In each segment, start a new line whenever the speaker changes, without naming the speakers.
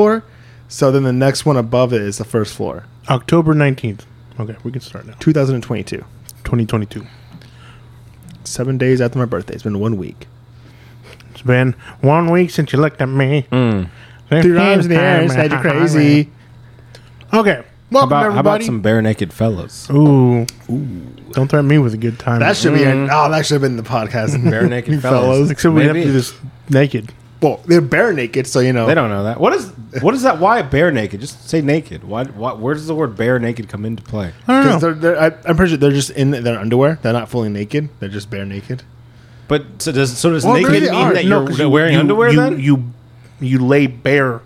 floor. So then the next one above it is the first floor.
October 19th. Okay, we can start now.
2022.
2022.
Seven days after my birthday. It's been one week.
It's been one week since you looked at me.
Mm.
Three rhymes in the air. Said you're crazy.
Okay.
How
Welcome,
about, how about
everybody.
some bare naked fellas?
Ooh. Don't threaten me with a good time.
That should be. An,
Mm-hmm.
oh, that should have been the podcast.
Bare naked
fellas.
fellas.
Except we have to
Maybe.
do this naked.
well, they're bare naked, so you know.
They don't know that. What is what is that? Why bare naked? Just say naked. Why? why where does the word bare naked come into play?
I
Because
don't know.
they're, they're, I, I'm pretty sure they're just in their underwear. They're not fully naked. They're just bare naked.
But so does so does
Well,
naked
maybe they
mean
are.
that
No,
you're
'cause you-
wearing
you-
underwear
you,
then?
You, you lay bare.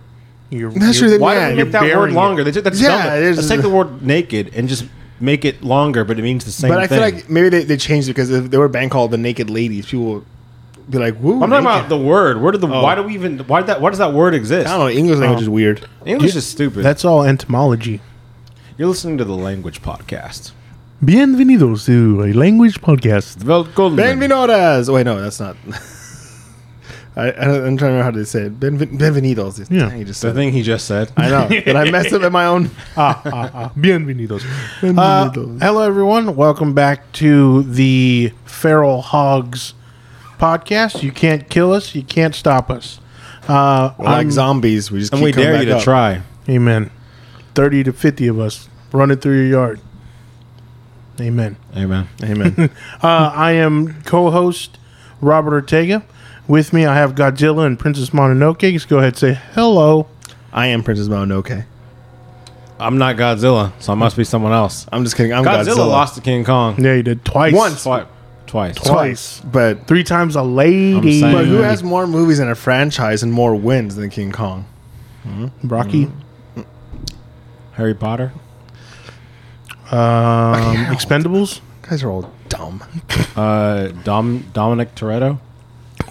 Your,
That's true,
your-
they-
Why
Yeah,
did they
you're
make that word
burying it.
longer? They took that's
Yeah,
dumb.
it is-
Let's take the word naked and just make it longer, but it means the same
But I
thing.
feel like maybe they, they changed it because if they were banned called the naked ladies, people would be like, "Woo!"
I'm talking about
naked." Oh.
the word. Where did the why do we even why did that why does that word exist?
I don't know. English language
Oh.
is weird.
English is stupid.
That's all entomology.
You're listening to the language podcast.
Bienvenidos to a language podcast.
Welcome.
Benvenidas. Wait, no, that's not. I, I don't- I'm trying to remember how to say it. Benven- Benvenidos.
Yeah.
you just
The
said. it.
thing he just said.
I know. Did I mess up in my own?
ah, ah, ah. Bienvenidos. Uh,
Bienvenidos.
hello, everyone. Welcome back to the Feral Hogs podcast. You can't kill us. You can't stop us. Uh,
We're like
I'm-
zombies. We just
And
keep
we
coming
dare
back
you to
up.
try.
Amen. 30 to 50 of us running through your yard. Amen.
Amen.
Amen.
Uh, I am co host Robert Ortega. With me, I have Godzilla and Princess Mononoke. Just go ahead and say hello.
I am Princess Mononoke.
I'm not Godzilla, so I must be someone else.
I'm just kidding. I'm
Godzilla,
Godzilla.
lost to King Kong
Yeah, you did twice.
Once.
twice. Twice.
Twice.
but
Three times a lady.
I'm
but
saying-
who has more movies in a franchise and more wins than King Kong?
Rocky.
Harry Potter.
Um, Expendables.
guys are all dumb.
Uh, Dom Dominic Toretto.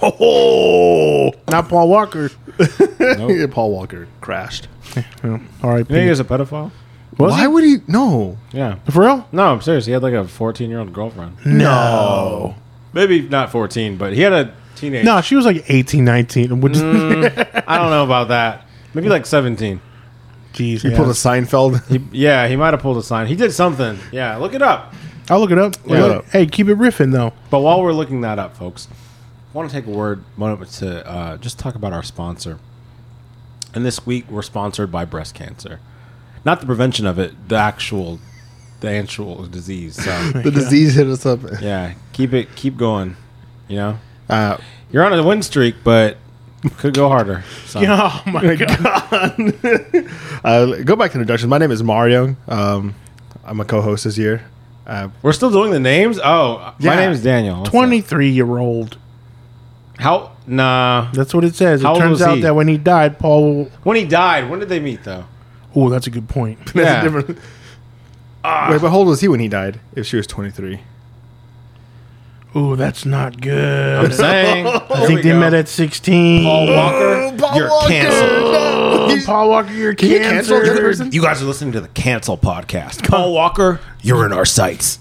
Oh, not Paul Walker.
Yeah, Paul Walker crashed.
Yeah. All right,
You think he was a pedophile?
Was
Why would he? No.
Yeah.
he? For real?
No, I'm serious. He had like a 14 year old girlfriend.
No.
Maybe not 14, but he had a teenage.
No, she was like 18, 19. Which,
Mm. I don't know about that. Maybe like 17.
Jeez,
He
yeah.
pulled a Seinfeld.
He, yeah, he might have pulled a sign. He did something. Yeah, look it up.
I'll look it up.
Yeah.
Look- Hey, keep it riffing though.
But while we're looking that up, folks, I want to take a word moment to uh, just talk about our sponsor. And this week we're sponsored by breast cancer, not the prevention of it, the actual, the actual disease. So
the disease hit us up.
yeah, keep it, keep going. You know,
Uh,
you're on a win streak, but could go harder. So.
Oh my god.
uh, go back to introductions. My name is Mario. Um, I'm a co-host this year. Uh,
We're still doing the names. Oh,
Yeah.
my name's Daniel. What's
Twenty three year old.
up? How? Nah.
That's what it says. It
How old
turns
was
out
he?
that when he died, Paul.
When he died, when did they meet though?
Oh, that's a good point.
that's
Yeah.
a different.
Ah.
Wait, but how old was he when he died? If she was 23,
Oh, that's not
I'm
good.
saying.
I think they met at sixteen.
Paul Walker. you're canceled.
Paul Walker, you're
you cancel that person?
canceled.
You guys are listening to the Cancel Podcast. Paul Walker, you're in our sights.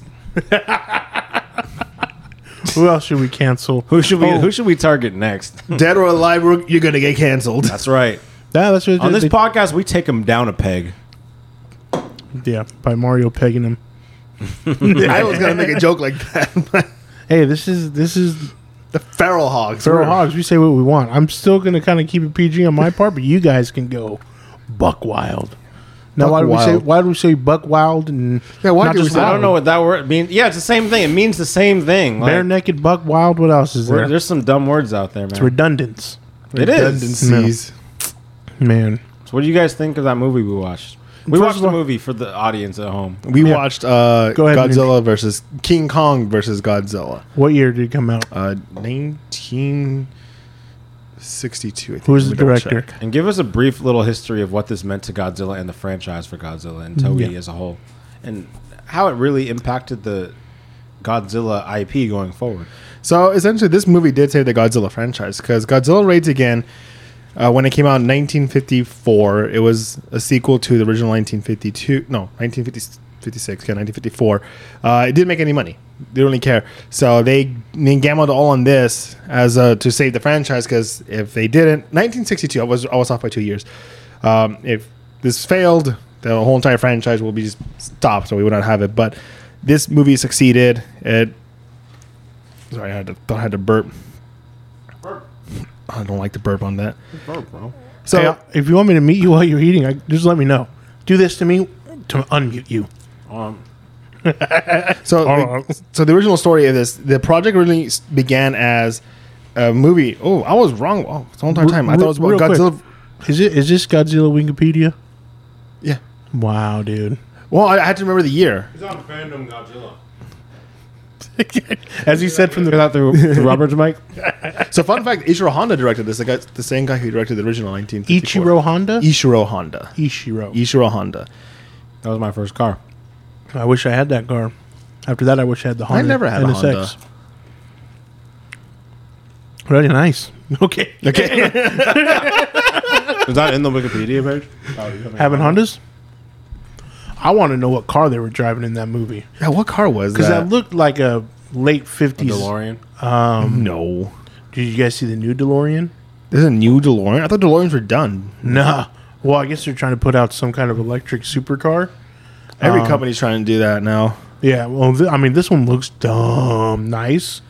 Who else should we cancel?
Who should we Who should we target next?
Dead or alive, we're- you're gonna get canceled.
That's right.
Yeah, that's what it
On
is.
this
They-
podcast, we take him down a peg.
Yeah, by Mario pegging him.
I was gonna make a joke like that. but
Hey, this is this is
the feral hogs.
Feral
We're-
Hogs. We say what we want. I'm still gonna kind of keep it PG on my part, but you guys can go buck wild. Now,
Buck
why do we say
wild.
why do we say buck wild and
Yeah, why
not
do we
just
say-
I
wild?
don't know what that word means. Yeah, it's the same thing. It means the same thing. Like,
bare naked buck wild? What else is
we're-
there?
there's some dumb words out there, man.
It's redundance,
It is.
redundancies.
man.
So what do you guys think of that movie we watched? We
First
watched
of
the
all-
movie for the audience at home.
We watched uh,
Go ahead and
Godzilla versus King Kong versus Godzilla.
What year did it come out?
Uh, 1962. I think.
Who
Let
was the
me double
director?
check.
And give us a brief little history of what this meant to Godzilla and the franchise for Godzilla and Toei
Yeah.
as a whole, and how it really impacted the Godzilla IP going forward.
So essentially, this movie did save the Godzilla franchise because Godzilla Raids Again, uh, when it came out in 1954, it was a sequel to the original 1952. No, 1956. Yeah, 1954. Uh, it didn't make any money. They didn't really care. So they, they gambled all on this as uh to save the franchise because if they didn't, 1962. I was I was off by two years. Um, if this failed, the whole entire franchise will be just stopped, so we would not have it. But this movie succeeded. It. Sorry, I had to, I had to burp. I don't like to burp on that.
Oh,
So
Hey, uh, if you want me to meet you while you're eating, I, just let me know. Do this to me to unmute you.
Um,
So,
Alright.
the, so the original story of this, the project really s- began as a movie. Oh, I was wrong. Oh, it's the whole entire time. I
Re-
thought it was about
real quick.
Godzilla.
Is it? Is this Godzilla Wikipedia?
Yeah.
Wow, dude.
Well, I, I had to remember the year.
He's on Fandom Godzilla.
As he said from the
Without the, the rubber's mic?
So, fun fact: Ishiro Honda directed this. The guy, the same guy who directed the original 1954.
Ichiro Honda.
Ishiro Honda.
Ichiro.
Ishiro Honda.
That was my first car.
I wish I had that car. After that, I wish I had the Honda.
never had a
NSX.
Honda.
Really nice. Okay.
Okay.
Is that in the Wikipedia page? Oh, you
Having Hondas. I want to know what car they were driving in that movie
yeah, what car was
because that
that?
looked like a late
a
fifties.
DeLorean.
Um, no.
Did you guys see the new DeLorean?
There's a new DeLorean. I thought DeLoreans were done.
Nah. Well, I guess they're trying to put out some kind of electric supercar.
Every
Um,
company's trying to do that now.
Yeah. Well, th- I mean, this one looks dumb nice,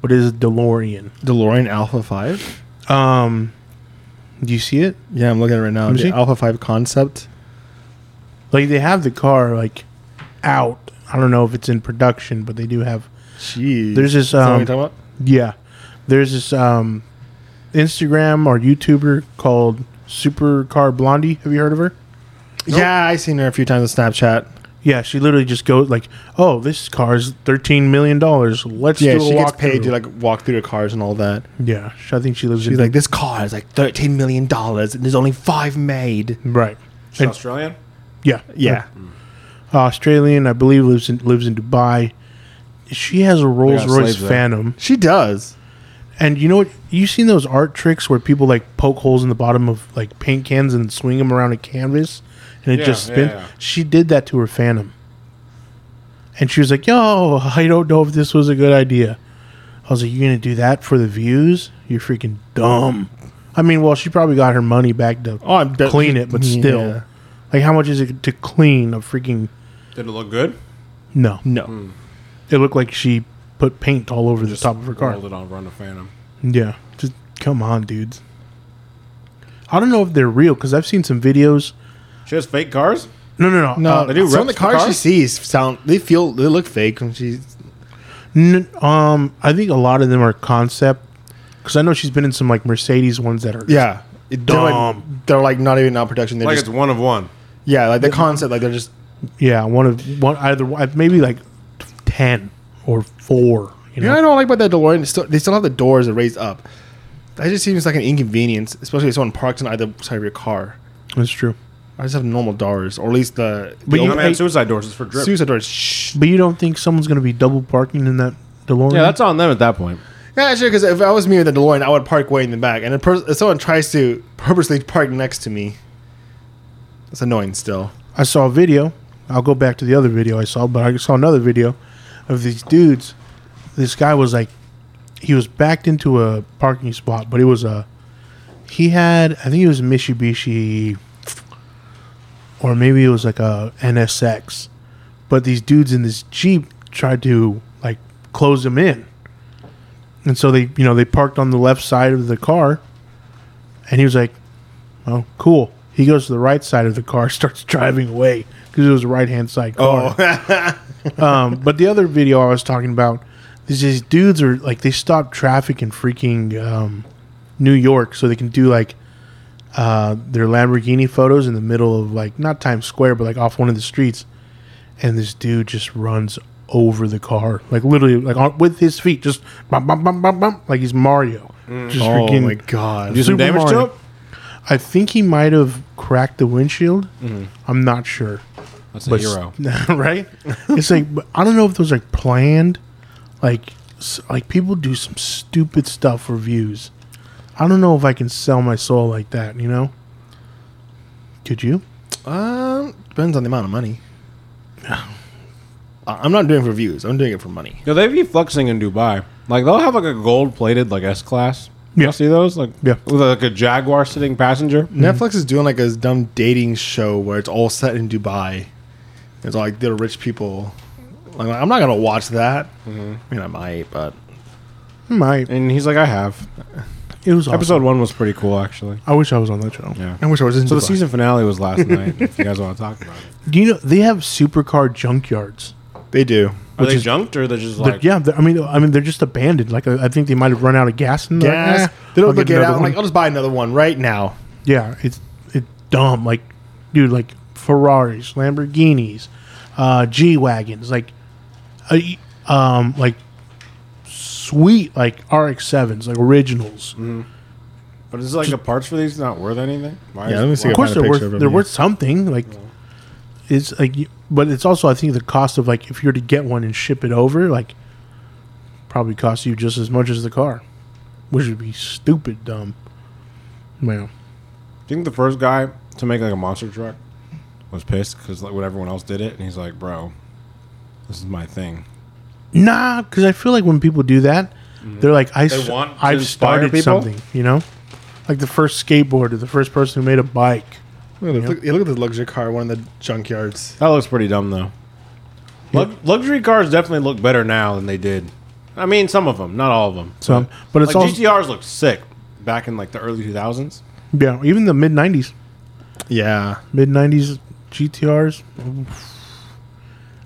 but it is a DeLorean.
DeLorean Alpha Five.
Um, do you see it?
Yeah, I'm looking at it right now.
me
The
see.
Alpha Five concept.
Like they have the car like out. I don't know if it's in production, but they do have.
Jeez.
There's this,
Is that what
um,
you're talking about?
Yeah. There's this um, Instagram or YouTuber called Supercar Blondie. Have you heard of her?
Yeah, I seen her a few times on Snapchat.
Yeah, she literally just goes like, "Oh, this car is thirteen million dollars. Let's
Yeah,
do a
she gets paid
walkthrough."
to like walk through the cars and all that.
yeah, she- I think she lives
She's
in
like, this car is like thirteen million dollars, and there's only five made.
right.
She's Australian?
Yeah,
Yeah,
Australian, I believe lives in lives in Dubai. She has a Rolls Royce
slaves there.
Phantom,
she does.
and you know what? You seen those art tricks where people like poke holes in the bottom of like paint cans and swing them around a canvas, and it
Yeah,
just
yeah,
spins.
yeah.
She did that to her Phantom, and she was like, "Yo, I don't know if this was a good idea." I was like, "You gonna do that for the views? You're freaking dumb." I mean, well, she probably got her money back to
Oh, I'm de-
clean it, but still,
Yeah.
like, how much is it to clean a freaking?
Did it look good?
No,
no.
It looked like she put paint all over the top of her car.
Rolled it on, run the Phantom.
Yeah. Just come on, dudes. I don't know if they're real because I've seen some videos.
She has fake cars?
No, no, no.
No,
Uh,
they do
some of
reps
the
the
cars she
cars?
sees sound. They feel they look fake when she's
n- um, I think a lot of them are concept because I know she's been in some like Mercedes ones that are.
yeah. It, they're, like,
Dumb.
they're like not even out production. They're
Like
just
it's one of one.
yeah, like the concept. Like they're just
Yeah. One of one either one- maybe like ten or four.
you
You
know. what I
know.
don't like about that DeLorean. It's still, they still have the doors that raise up. That just seems like an inconvenience, especially if someone parks on either side of your car.
That's true.
I just have normal doors, or at least the, the
But
You
you-
know,
open-
hey-
man, suicide doors is for drip.
suicide doors. Shh.
But you don't think someone's going to be double parking in that DeLorean?
yeah, that's on them at that point.
Yeah, sure. Because if I was me with the DeLorean, I would park way in the back, and if, pers- if someone tries to purposely park next to me, that's annoying. Still,
I saw a video. I'll go back to the other video I saw, but I saw another video of these dudes. This guy was like, he was backed into a parking spot, but it was a, he had, I think it was a Mitsubishi, or maybe it was like a NSX. But these dudes in this Jeep tried to like close him in. And so they, you know, they parked on the left side of the car, and he was like, Oh, cool. He goes to the right side of the car, starts driving away because it was a right hand side
Oh.
car. um, but the other video I was talking about is these dudes are like they stop traffic in freaking um, New York so they can do like uh, their Lamborghini photos in the middle of like not Times Square but like off one of the streets, and this dude just runs over the car like literally like on, with his feet just bump bump bump bump bump like he's Mario. Just
oh
freaking-
my god!
Do some
Super
damage
Mario.
to it?
I think he might have cracked the windshield.
Mm-hmm.
I'm not sure,
That's a
but
hero.
right? it's like but I don't know if those like planned, like s- like people do some stupid stuff for views. I don't know if I can sell my soul like that. You know? Could you?
um, depends on the amount of money. I- I'm not doing it for views. I'm doing it for money.
Yo, they be flexing in Dubai. Like they'll have like a gold plated like S class.
Yeah.
You see those? Like,
Yeah.
with like a Jaguar sitting passenger.
Netflix is doing like a dumb dating show where it's all set in Dubai. It's all like they're rich people. Like, I'm not gonna watch that. I mean, I might, but
My,
And he's like, I have.
it was awesome.
Episode one was pretty cool, actually.
I wish I was on that show.
Yeah.
I wish I was in
So
Dubai.
the season finale was last night. If you guys want to talk about it,
Do you know they have supercar junkyards?
they do.
are
Which
they
is-
junked or they're just
They're-
like
yeah, they're- I mean, I mean, they're just abandoned. Like I I think they might have run out of gas. In
Gas.
Like,
"Eh, they
I'll
don't look it
another
out. I'm
one.
like, I'll just buy another one right now.
Yeah, it's it's dumb. Like, dude, like Ferraris, Lamborghinis, uh, G wagons, like, uh, um, like sweet like RX sevens, like originals.
Mm-hmm.
But is like the parts for these not worth anything? Why
Yeah,
is-
let me see
Of
why-
Yeah,
course,
find a
they're worth
picture of them,
they're
yeah.
worth something. Like, it's like, you- but it's also I think the cost of like if you're to get one and ship it over, like, probably costs you just as much as the car, which would be stupid dumb. Well,
Do you think the first guy to make like a monster truck was pissed because like when everyone else did it, and he's like, "Bro, this is my thing."
Nah, because I feel like when people do that, they're like, I,
Mm-hmm. They
s-
want to
I've
inspire
started
people?
something, you know? Like the first skateboarder, the first person who made a bike.
Look at, the, look, yeah, look at this luxury car, one of the junkyards.
That looks pretty dumb though. Lux- luxury cars definitely look better now than they did. I mean, some of them, not all of them.
So, but it's
like
all,
GTRs look sick back in like the early 2000s.
yeah, even the mid 90s,
Yeah,
mid 90s GTRs. oof.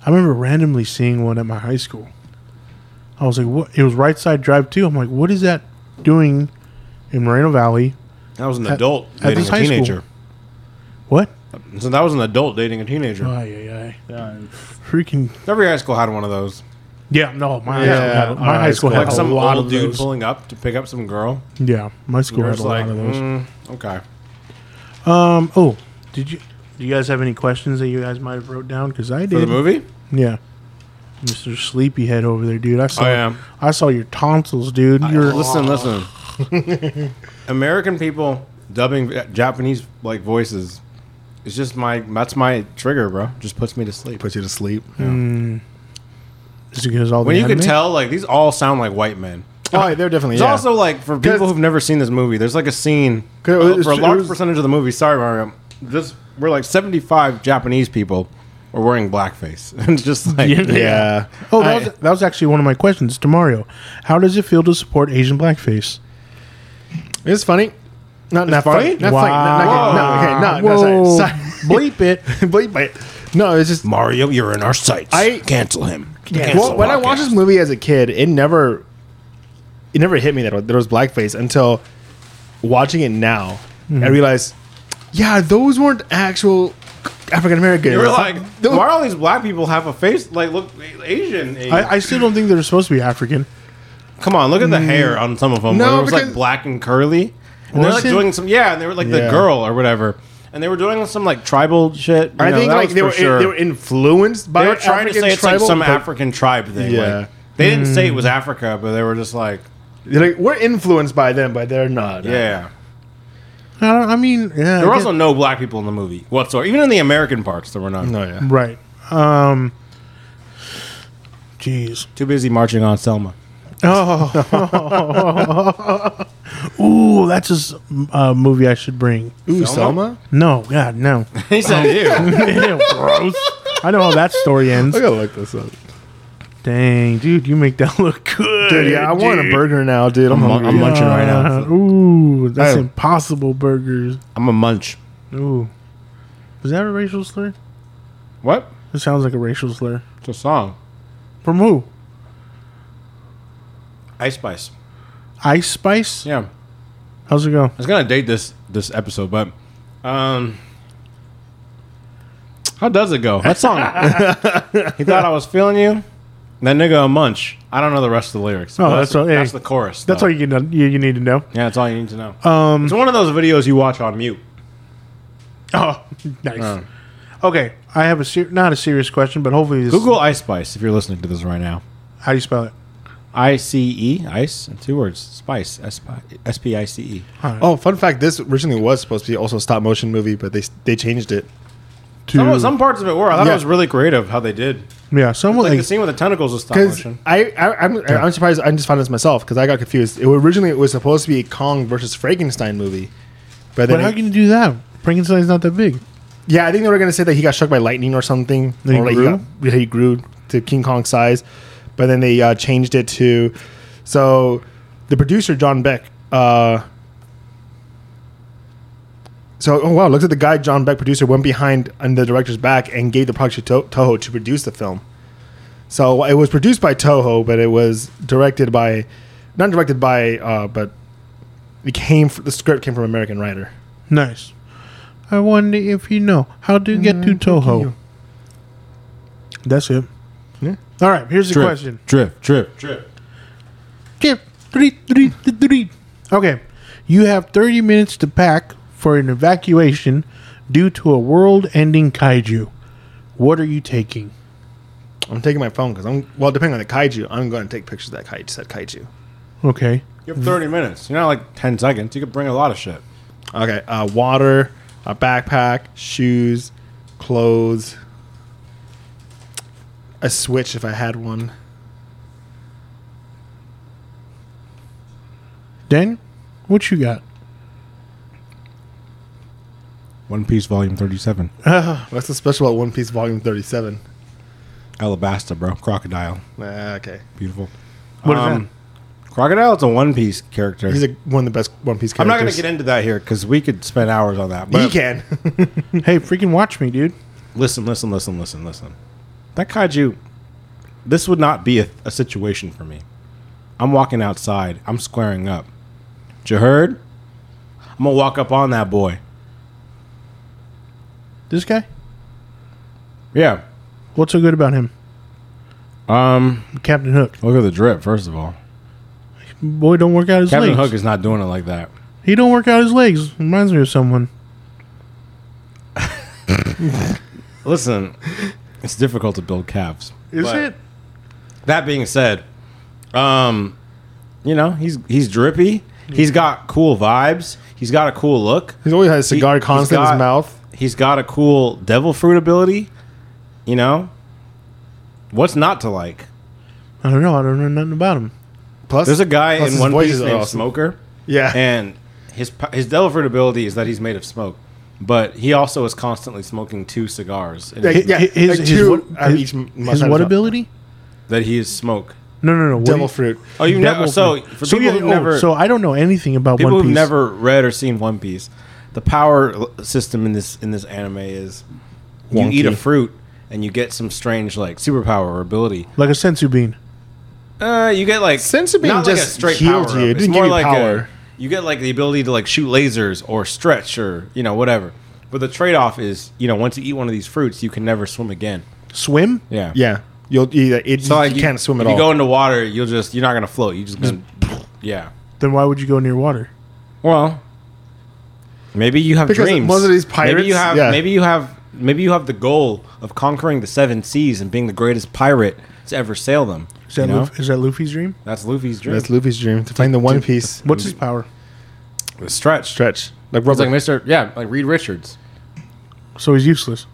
I remember randomly seeing one at my high school. I was like, what? It was right side drive too. I'm like, what is that doing in Moreno Valley?
That was an
At-
adult
at
dating
this
a
high school.
teenager.
What?
So that was an adult dating a teenager.
Ay, ay, ay. Freaking.
Every high school had one of those.
Yeah, no, my
Yeah,
high school had,
our
my
high
high school
school
had
Like
a
some
lot
old
of
dude
dude.
pulling up to pick up some girl.
Yeah, my school
You're
had
just
a lot
like,
of those.
"Mm, okay.
Um. Oh, did you? Do you guys have any questions that you guys might have wrote down? Because I did.
For the movie?
Yeah. Mr. Sleepyhead over there, dude. I saw.
I am.
I saw your tonsils, dude. You're
Listen, listen. American people dubbing Japanese like voices. It's just my that's my trigger, bro. Just puts me to sleep.
puts you to sleep.
Is it because all
When
the
you can
anime?
tell, like these all sound like white men.
Oh, yeah, they're definitely.
It's
Yeah.
also like for people
Because-
who've never seen this movie. There's like a scene
Okay, it
uh,
was-
for a
it
large
was-
percentage of the movie. Sorry, Mario. This we're like 75 Japanese people are wearing blackface. And it's just like
Yeah.
yeah.
Oh,
I-
that was, that was actually one of my questions to Mario. How does it feel to support Asian blackface?
It's funny. Not not funny.
funny?
Not funny. Not, not,
Wow.
good. no, okay, no, no,
Whoa.
sorry.
Bleep it.
sorry. Bleep it. No, it's just
Mario, you're in our sights.
I-
cancel him.
well, when I watched this movie as a kid, it never it never hit me that there was blackface until watching it now. I realized, yeah, those weren't actual African Americans.
You were like,
Those-
why all these black people have a face like look Asian? Asian.
I, I still don't think they're supposed to be African.
Come on, look at the hair on some of them.
Mm. No,
No, it was like
because-
black and curly. And they're
Was it?
like doing some yeah, and they were like the
Yeah.
girl or whatever, and they were doing some like tribal shit. you
I
know,
think
that
like
was
they
for
were
sure.
they were influenced by
They were trying to
African
say it's
tribal,
like some
but
African tribe thing.
Yeah. Mm.
Like, they didn't say it was Africa, but they were just like
they're like, we're influenced by them, but they're not.
yeah.
I, don't, I mean, yeah.
There
I
were
guess-
also no black people in the movie whatsoever, even in the American parts. There were none.
no, Oh, yeah.
right. Um. Jeez.
Too busy marching on Selma.
Oh, ooh, that's just a uh, movie I should bring.
Ooh, Selma.
Selma?
No, God, no.
he said, "Ew."
Ew, gross. I know how that story ends.
I gotta look this up,
Dang, dude, you make that look good.
dude. Yeah, I want a
dude.
burger now, dude. I'm, hungry.
I'm munching right now.
Uh, ooh, that's
Hey.
impossible burgers.
I'm a munch.
Ooh, is that a racial slur?
What?
It sounds like a racial slur.
It's a song.
From who?
Ice Spice.
Ice Spice.
Yeah.
How's it go?
I was gonna date this this episode, but um, how does it go? That song. he thought I was feeling you. That nigga a munch. I don't know the rest of the lyrics.
Oh,
But
that's
the,
all- hey.
that's the chorus.
That's
though.
all you, can, you you need to know.
Yeah, that's all you need to know.
Um,
It's one of those videos you watch on mute.
Oh, nice.
Oh.
Okay, I have a ser- not a serious question, but hopefully this
Google Ice Spice if you're listening to this right now.
How do you spell it?
I C E ice in two words spice S P I- S P I C E.
Oh, fun fact: This originally was supposed to be also a stop motion movie, but they they changed it.
to
Some, some parts of it were. I thought
Yeah.
it was really creative how they did.
yeah, some
Like,
like,
the scene with the tentacles was stop
Because
motion.
I, I I'm, I'm surprised I just found this myself because I got confused. It originally it was supposed to be a Kong versus Frankenstein movie, but then
but how
it-
can you do that? Frankenstein's not that big.
yeah, I think they were gonna say that he got struck by lightning or something,
Then he
or like
grew?
He, got, yeah, he grew to King Kong size, but then they uh, changed it to. So, the producer John Beck. Uh, so oh wow, looks at the guy John Beck producer went behind on the director's back and gave the project to Toho to produce the film. So it was produced by Toho, but it was directed by, not directed by, uh, but it came. fr- The script came from an American writer.
Nice. I wonder if you know how do you get to Toho. That's it.
Yeah.
All right. Here's the
Drip,
question.
drip, drip, drip.
Chip, three, three, three, three. Okay, you have 30 minutes to pack for an evacuation due to a world-ending kaiju. What are you taking?
I'm taking my phone because I'm well, depending on the kaiju, I'm going to take pictures of that kaiju. Said kaiju.
Okay.
You have 30 minutes. You're not like 10 seconds. You could bring a lot of shit.
Okay, uh, water, a backpack, shoes, clothes, a switch if I had one.
Dan, what you got?
One Piece Volume 37.
What's so special about One Piece Volume 37?
Alabasta, bro. Crocodile.
Uh, okay,
Beautiful.
What is
Crocodile is a One Piece character.
he's a, one of the best One Piece characters.
I'm not going to get into that here because we could spend hours on that.
He
But
can.
hey, freaking watch me, dude.
listen, listen, listen, listen, listen. That kaiju, this would not be a, a situation for me. I'm walking outside. I'm squaring up. You heard? I'm going to walk up on that boy.
This guy?
Yeah.
What's so good about him?
Um,
Captain Hook.
look at the drip, first of all.
Boy, don't work out his
Captain
legs.
Hook is not doing it like that.
he don't work out his legs. Reminds me of someone.
Listen, it's difficult to build calves.
Is
But- That being said, um, you know he's he's drippy. He's got cool vibes. He's got a cool look.
he's always had a cigar
He- he's
constantly in
got-
his mouth.
He's got a cool devil fruit ability. You know, what's not to like?
I don't know. I don't know nothing about him.
Plus,
There's a guy
plus
in
his
One
voice
Piece
is
named
awesome.
Smoker,
Yeah,
and his po- his devil fruit ability is that he's made of smoke, but he also is constantly smoking two cigars. And
Yeah,
Hi-
yeah,
hi- his,
like
his
two
what,
out of
his-
each m-
his
must have
what
his-
ability?
That he is smoke.
No, no, no. What
devil
he-
fruit.
Oh, you
Devil
never. So
Fruit.
for people
yeah,
who
oh,
never,
so I don't know anything about
people
One
who've
Piece.
never read or seen One Piece, the power l- system in this in this anime is you eat a
Wonky.
fruit and you get some strange like superpower or ability.
like a sensu bean.
Uh, you get like
Sensu bean
not like a
just
straight
healed
power
you. It
It's
didn't give
more
you
like a-
power.
you get like the ability to like shoot lasers or stretch or you know whatever. But the trade off is you know once you eat one of these fruits you can never swim again.
Swim?
Yeah.
Yeah, you'll you, it,
So like
you, can't swim at
if
all.
You go into water, you'll just you're not gonna float. You just gonna yeah.
Then why would you go near water?
Well, maybe you have
Because
dreams.
most of these pirates-
maybe you have,
yeah.
maybe you have, maybe you have the goal of conquering the seven seas and being the greatest pirate to ever sail them.
Is that,
you know?
Luffy, is that Luffy's dream?
That's Luffy's dream.
That's Luffy's dream to find the One Piece
What's
Mm-hmm.
his power?
The stretch.
stretch like
It's
rubber.
like Mister, yeah, like Reed Richards.
So he's useless.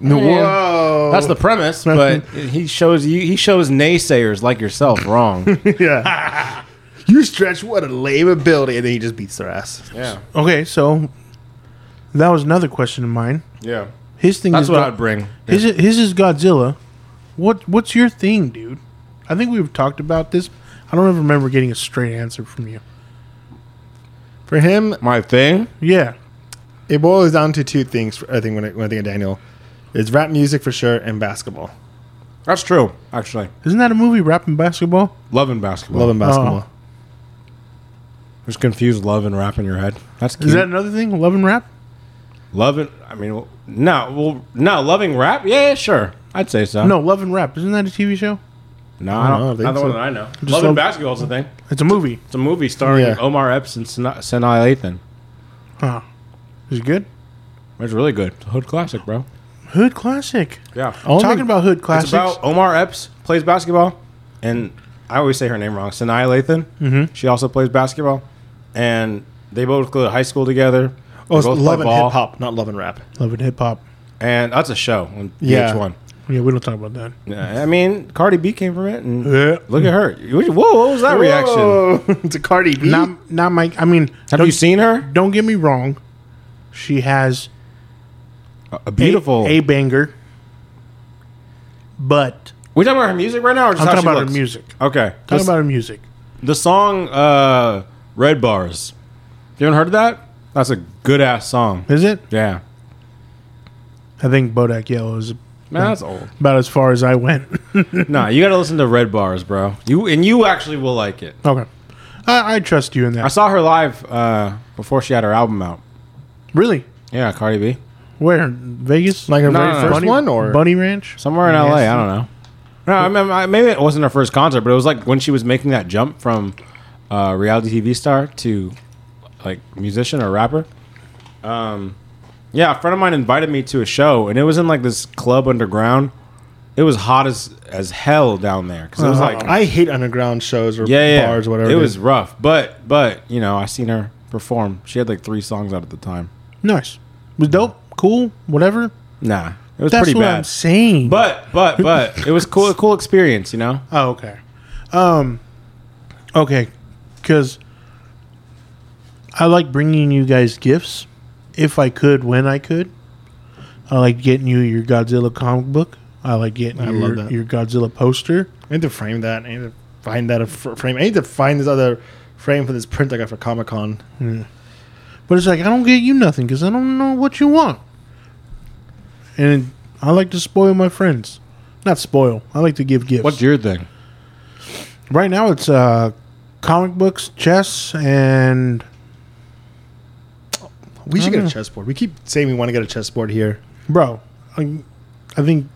No,
Yeah.
whoa.
That's the premise, but he shows you he shows naysayers like yourself wrong.
yeah. you stretch what a lame ability, and then he just beats their ass.
yeah,
Okay, so that was another question of mine.
yeah.
His thing
That's
is
what
Go-
I'd bring.
His, his is Godzilla. What What's your thing, dude? I think we've talked about this. I don't ever remember getting a straight answer from you.
For him,
My thing.
Yeah.
it boils down to two things. I think when I, when I think of Daniel, it's rap music for sure and basketball.
That's true. Actually,
Isn't that a movie, Rap and Basketball?
loving basketball.
Love and basketball.
Just confused love and rap in your head. That's cute.
Is that another thing? Love and Rap?
Loving, I mean, well, no, well, no, loving rap. Yeah, yeah, sure, I'd say so.
No, Love and Rap. Isn't that a TV show?
no, I don't.
No, I think
not the one
so.
that I know.
Just
loving
love-
basketball's a thing.
It's a movie.
It's a movie starring
Yeah.
Omar Epps and Sana- Sanaa Lathan.
Huh. Is it good?
It's really good. It's a hood classic, bro.
Hood classic.
Yeah,
Only-
Talking about hood
it's
classics.
about Omar Epps plays basketball, and I always say her name wrong. Sanaa Lathan. Mm-hmm. She also plays basketball, and they both go to high school together. They
Oh, it's
both play
love and
ball.
hip hop, not love and rap.
Love and hip hop.
and that's a show on
Yeah.
VH1.
Yeah, we don't talk about that.
Yeah, I mean, Cardi B came from it, and
Yeah.
look at her. Whoa, what was that reaction?
reaction to Cardi B.
Not, not my. I mean,
Have
don't,
you seen her?
Don't get me wrong. She has
A beautiful.
a, a banger, but
we talking about her music right now, or just
I'm
how
talking
she
about
looks?
her music.
Okay,
Talking
The-
about her music.
the song uh, "Red Bars." You haven't heard of that? That's a good ass song.
Is it?
Yeah,
I think Bodak Yellow is
man, that's old.
about as far as I went.
nah, you gotta listen to "Red Bars," bro. You and you actually will like it.
okay, I, I trust you in
I
that.
saw her live uh, before she had her album out.
Really?
Yeah, Cardi B.
Where Vegas?
like her
No,
very
no, no.
first
Bunny,
one, or
Bunny Ranch?
Somewhere in
Yes.
LA, I don't know. No, I mean, I- maybe it wasn't her first concert, but it was like when she was making that jump from uh, reality TV star to like musician or rapper. Um, yeah, a friend of mine invited me to a show, and it was in like this club underground. It was hot as as hell down there because it was like
Uh-huh. I hate underground shows or
uh-huh. yeah, yeah,
bars or whatever.
It was rough, but but you know, I seen her perform. She had like three songs out at the time.
Nice. Was dope. Cool. Whatever.
Nah, it was
That's
pretty
what
bad.
I'm saying.
But but but it was cool, a cool experience, you know.
Oh, okay. Um, okay, because I like bringing you guys gifts if I could, when I could. I like getting you your Godzilla comic book. I like getting
I
your,
love that.
your Godzilla poster.
I need to frame that. I need to find that a fr- frame. I need to find this other frame for this print I got for Comic Con.
But it's like I don't get you nothing because I don't know what you want. And I like to spoil my friends. Not spoil. I like to give gifts.
What's your thing?
right now it's uh, comic books, chess, and
We should
I
get a
dunno.
chessboard. We keep saying we want to get a chessboard here.
bro I, I think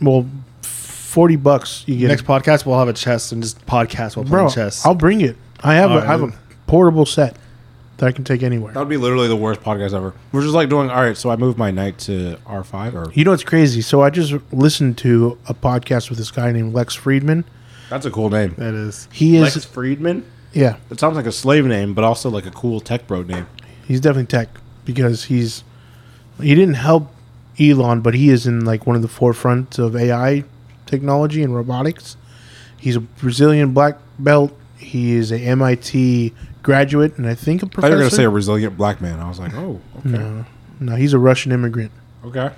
well 40 bucks you get
Next
it.
podcast, we'll have a chess and just podcast while playing
bro
chess.
i'll bring it i have a,
Alright,
I have a
then.
portable set that i can take anywhere
That would be literally the worst podcast ever. We're just like doing all right. So I moved my night to R five, or
you know it's crazy so i just listened to a podcast with this guy named lex friedman
that's a cool name.
that is.
he is
Lex Friedman.
yeah
It sounds like a slave name, but also like a cool tech bro name.
he's definitely tech because he's he didn't help elon but he is in like one of the forefront of ai technology and robotics he's a brazilian black belt he is a mit graduate and i think a
I thought
professor
you were gonna say a resilient black man. I was like, oh, okay,
No, no, he's a Russian immigrant.
okay.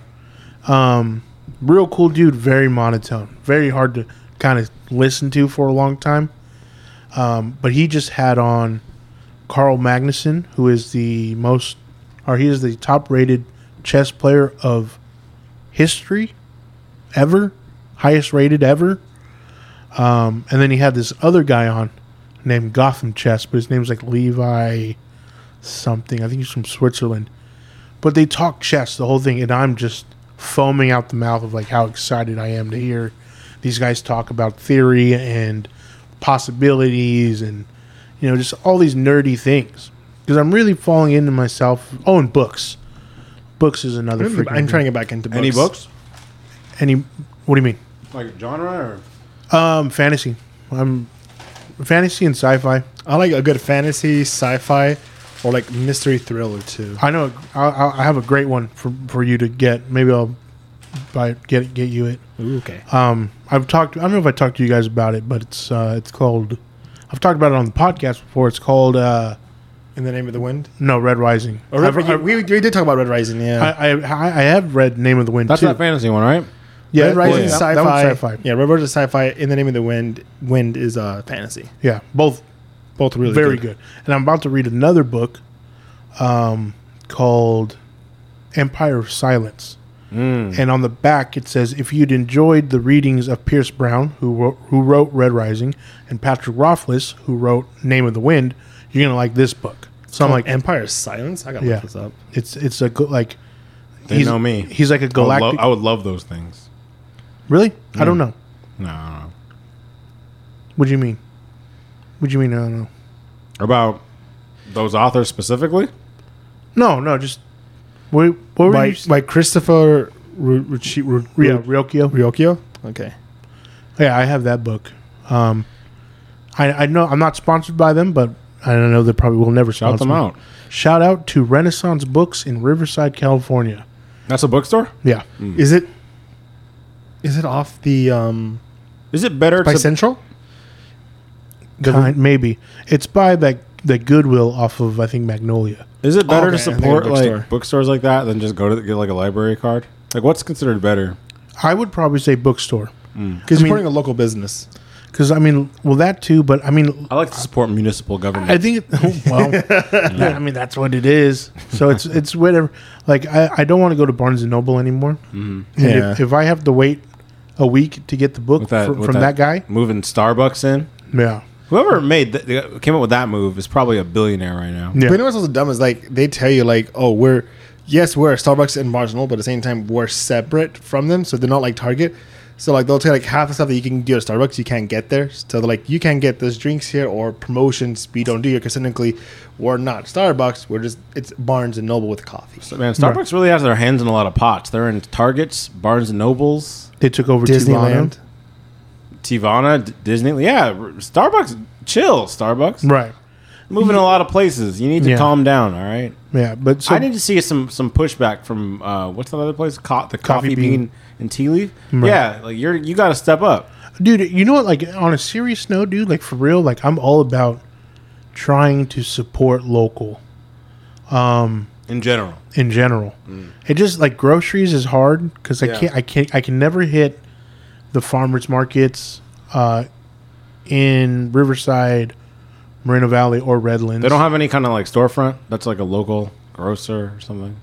Um, real cool dude, very monotone, very hard to kind of listen to for a long time. Um, but he just had on Carl Magnuson, who is the most, or he is the top rated chess player of history ever, highest rated ever. Um, and then he had this other guy on named Gotham Chess, but his name's like Levi something. I think he's from Switzerland. But they talk chess, the whole thing, and I'm just foaming out the mouth of like how excited I am to hear these guys talk about theory and possibilities and you know just all these nerdy things because I'm really falling into myself. Oh, and books. Books is another.
I'm,
freaking
I'm trying
thing.
to get back into books.
Any books
Any? What do you mean?
like genre or
Um, fantasy. I'm fantasy and sci-fi.
I like a good fantasy, sci-fi, or like mystery thriller too.
I know. I, I I have a great one for, for you to get. Maybe I'll buy it, get get you it.
Ooh, okay.
Um, I've talked. I don't know if I talked to you guys about it, but it's uh, it's called. I've talked about it on the podcast before. It's called uh,
In the name of the wind.
no Red Rising.
Or Red,
I've- I've-
we, we did talk about Red Rising.
I,
Yeah.
I, I I have read Name of the Wind
that's
too.
that fantasy one, right?
yeah,
Red Rising
yeah.
is
That-
sci-fi.
that one's sci-fi.
Yeah, Red Rising is sci-fi. In the name of the wind. Wind is uh, fantasy.
Yeah, both
Both really
very good. And I'm about to read another book, um, called Empire of Silence.
Mm.
and on the back it says if you'd enjoyed the readings of Pierce Brown who wrote, who wrote Red Rising and Patrick Rothfuss who wrote Name of the Wind you're going to like this book so I'm
Oh,
Called
like
Empire Silence. I gotta
Yeah.
look this up.
it's it's a go- like
They
he's-
know me.
he's like a
I would, lo-
galactic
I Mm. would love those things.
really I don't know
No, I don't know.
what do you mean what do you mean I don't know
about those authors specifically.
no no just what, what were
By,
you
by Christopher Ru- Rucci- Ru-
yeah
Ru-
Ryokyo
Ryokyo. Okay.
yeah I have that book um I, I know I'm not sponsored by them but I don't know they probably will never
Shout
sponsor
them
me.
out.
Shout out to Renaissance Books in Riverside, California.
That's a bookstore.
Yeah.
Is it? Is it off the um
Is it better
by
to
Central?
Kind, maybe. It's by that the Goodwill off of I think Magnolia.
is it better
Okay, I
to
think
support
a
like
bookstore.
bookstores like that than just go to get like a library card? Like what's considered better?
I would probably say bookstore
Because
I
you're
mean-
supporting a local business.
because I mean, well, that too. But I mean,
I like to support municipal government.
I think it- oh, well, yeah, I mean that's what it is. So it's it's whatever. Like I, I don't want to go to Barnes and Noble anymore.
Mm.
And
Yeah.
if, if I have to wait a week to get the book
With that-
fr-
with
from that, guy,
that- Moving Starbucks in.
yeah,
Whoever made th- came up with that move is probably a billionaire right now.
yeah,
But you know what's also dumb is like they tell you like, oh, we're yes, we're Starbucks and Barnes and Noble, but at the same time we're separate from them, so they're not like Target. So like they'll tell you, like half the stuff that you can do at Starbucks you can't get there. So they're like, you can't get those drinks here or promotions we don't do here because technically we're not Starbucks, we're just it's Barnes and Noble with coffee.
So, man, Starbucks really has their hands in a lot of pots. They're in Targets, Barnes and Nobles,
they took over Disneyland.
Disneyland.
Tivana, D- Disney. Yeah, r- Starbucks, chill, Starbucks.
right?
Moving a lot of places. You need to
Yeah.
calm down, all right?
Yeah, but so
I need to see some some pushback from uh, what's the other place? Co- the coffee,
Coffee
bean.
Bean.
and tea leaf. Yeah, like you're you got to step up.
dude, you know what? Like on a serious note, dude, like for real, like I'm all about trying to support local
In general,
in general. It just like groceries is hard because I
Mm. Yeah.
can't, I can't, I can never hit the farmers markets uh, in Riverside, Moreno Valley, or Redlands.
they don't have any kind of like storefront. That's like a local grocer or something.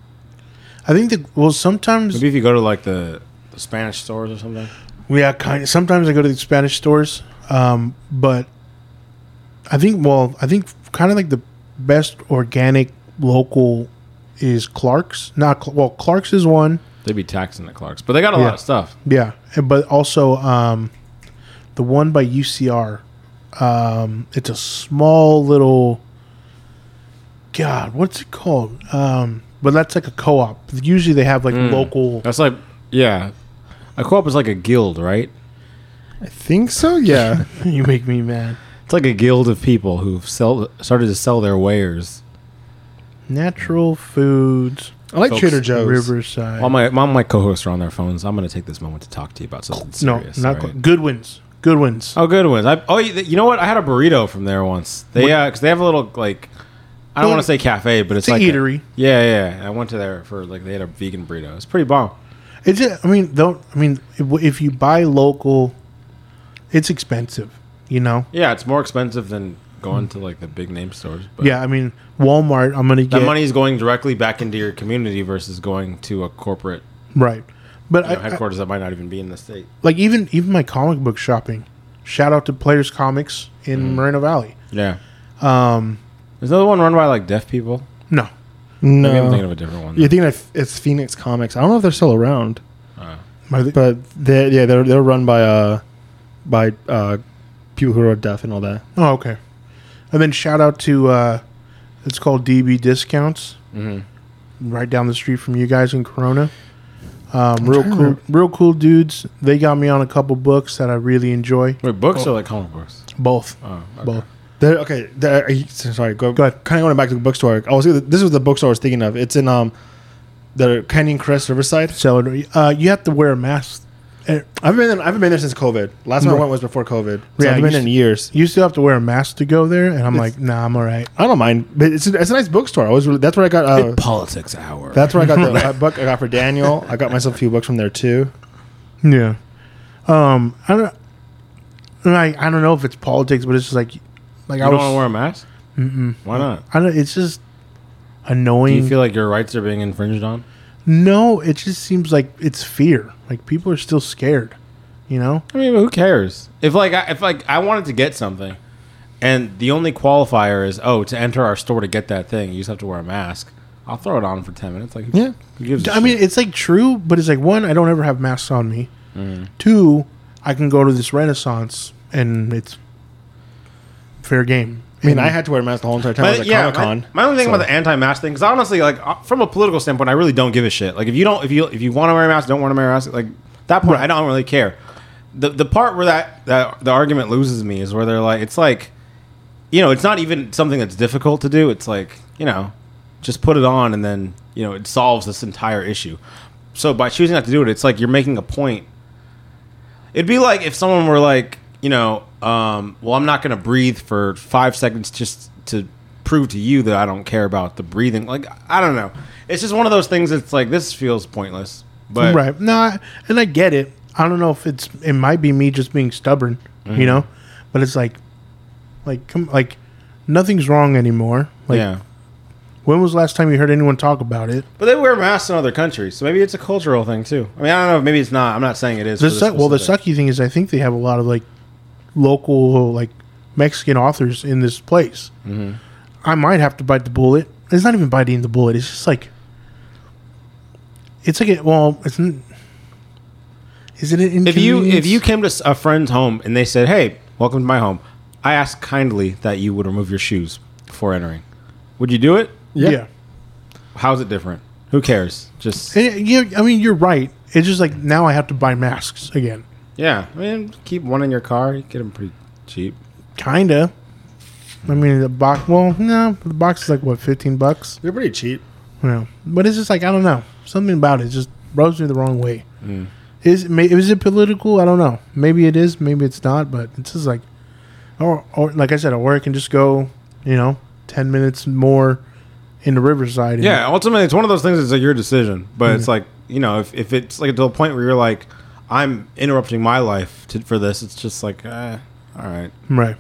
I think that well, sometimes
Maybe if you go to like the, the Spanish stores or something.
yeah, kind. sometimes I go to the Spanish stores, um, but I think well, I think kind of like the best organic local is Clark's. Not Cl- well, Clark's is one.
They'd be taxing at Clark's, but they got a lot
Yeah.
of stuff.
Yeah, and- but also um, the one by UCR. Um, it's a small little. God, what's it called? Um, but that's like a co-op. Usually they have like local.
That's like yeah, a co-op is like a guild, right?
I think so, yeah.
you make me mad.
It's like a guild of people who've sell started to sell their wares.
Natural foods,
I like
Folks,
Trader Joe's.
Riverside.
All my all my co-hosts are on their phones. I'm going to take this moment to talk to you about something
no,
serious.
not
all right?
Goodwins. Goodwin's. Goodwin's.
Oh, good ones. I, oh, you, you know what? I had a burrito from there once. They uh 'cause because they have a little like I don't want to say cafe, but it's,
It's an
like a-
eatery.
yeah, yeah, yeah. I went to there for like they had a vegan burrito. It's pretty bomb.
It's. A, I mean, don't. I mean, if, if you buy local, it's expensive. You know.
Yeah, it's more expensive than going to like the big name stores. But
Yeah, I mean, Walmart. I'm gonna
that
get
money is going directly back into your community versus going to a corporate
right, but
you know,
I, I,
headquarters that might not even be in the state.
like even even my comic book shopping. Shout out to Players Comics in
Mm.
Moreno Valley.
Yeah. Um, there's another one run by like deaf people.
No,
No.
Maybe I'm thinking of a different one.
You're thinking of, it's Phoenix Comics. I don't know if they're still around.
Uh,
Are they-
But they yeah, they're they're run by uh by uh people who are deaf and all that.
oh okay. And then shout out to uh, it's called DB Discounts,
mhm.
right down the street from you guys in Corona. Um, real
trying
cool,
to rem-
real cool dudes. They got me on a couple books that I really enjoy.
Wait, books or like comic books?
Both,
Oh, okay.
both.
They're, okay, they're, are you- sorry. Go,
Go ahead.
Kind of going back to the bookstore. I was this was the bookstore I was thinking of. It's in um the Canyon Crest Riverside.
Seller, uh, you have to wear a mask. Uh,
I've been I haven't been there since COVID. Last time I
Right.
went was before COVID. So
Yeah,
I haven't
you
been in
s-
years.
You still have to wear a mask to go there, and I'm
It's-
like, nah, I'm all right.
I don't mind, but it's a, it's a nice bookstore. I was really, that's where I got uh,
Politics hour.
that's where I got the uh, book I got for Daniel. I got myself a few books from there too.
Yeah. Um, I don't. Like I don't know if it's politics, but it's just like, like
You
I
don't
was.
want to wear a mask? Mm-mm. Why not?
I don't. It's just
Do
annoying.
you feel like your rights are being infringed on?
no, it just seems like it's fear. Like people are still scared. You know.
I mean, who cares? If like I, if like I wanted to get something, and the only qualifier is oh to enter our store to get that thing, you just have to wear a mask. I'll throw it on for ten minutes. Like who-
Yeah.
who gives a
I mean,
shit?
it's like true, but it's like one, I don't ever have masks on me. Mm. Two, I can go to this Renaissance and it's fair game.
I mean, I had to wear a mask the whole entire time I was
But
at
yeah,
Comic Con.
My, my only thing
so.
about the anti-mask thing, because honestly, like uh, from a political standpoint, I really don't give a shit. Like if you don't, if you if you want to wear a mask, don't want to wear a mask. Like that point, I don't really care. The the part where that that the argument loses me is where they're like, it's like, you know, it's not even something that's difficult to do. It's like you know, just put it on and then you know it solves this entire issue. So by choosing not to do it, it's like you're making a point. It'd be like if someone were like, you know, um, well, I'm not going to breathe for five seconds just to prove to you that I don't care about the breathing. Like, I don't know. It's just one of those things that's like, this feels pointless. But
right. No, I, and I get it. I don't know if it's it might be me just being stubborn, you know, but it's like, like come like nothing's wrong anymore. Like,
yeah.
when was the last time you heard anyone talk about it?
But they wear masks in other countries, so maybe it's a cultural thing too. I mean, I don't know. Maybe it's not. I'm not saying it is.
The
for this
suck, well, the
specific-
sucky thing is, I think they have a lot of like local like Mexican authors in this place.
Mm-hmm.
I might have to bite the bullet. It's not even biting the bullet. It's just like it's like a, well, it's n- is it an
If you if
inconvenience?
you came to s- a friend's home and they said, "Hey, welcome to my home," I asked kindly that you would remove your shoes before entering. Would you do it?
Yeah.
yeah.
How's it different? Who cares? Just
And, yeah, I mean, you're right. It's just like now I have to buy masks again.
yeah. I mean, keep one in your car. You get them pretty cheap.
Kinda. I mean, the box. Well, no, the box is like what, fifteen bucks?
They're pretty cheap.
You know, but it's just like I don't know. Something about it just rubs me the wrong way. Is may, is it political? I don't know. Maybe it is. Maybe it's not. But it's just like, or or like I said, or I can just go. You know, ten minutes more in the Riverside. and-
Yeah. Ultimately, it's one of those things. It's like your decision, but it's like you know, if, if it's like to a point where you're like, I'm interrupting my life to, for this. It's just like, eh, all right.
Right.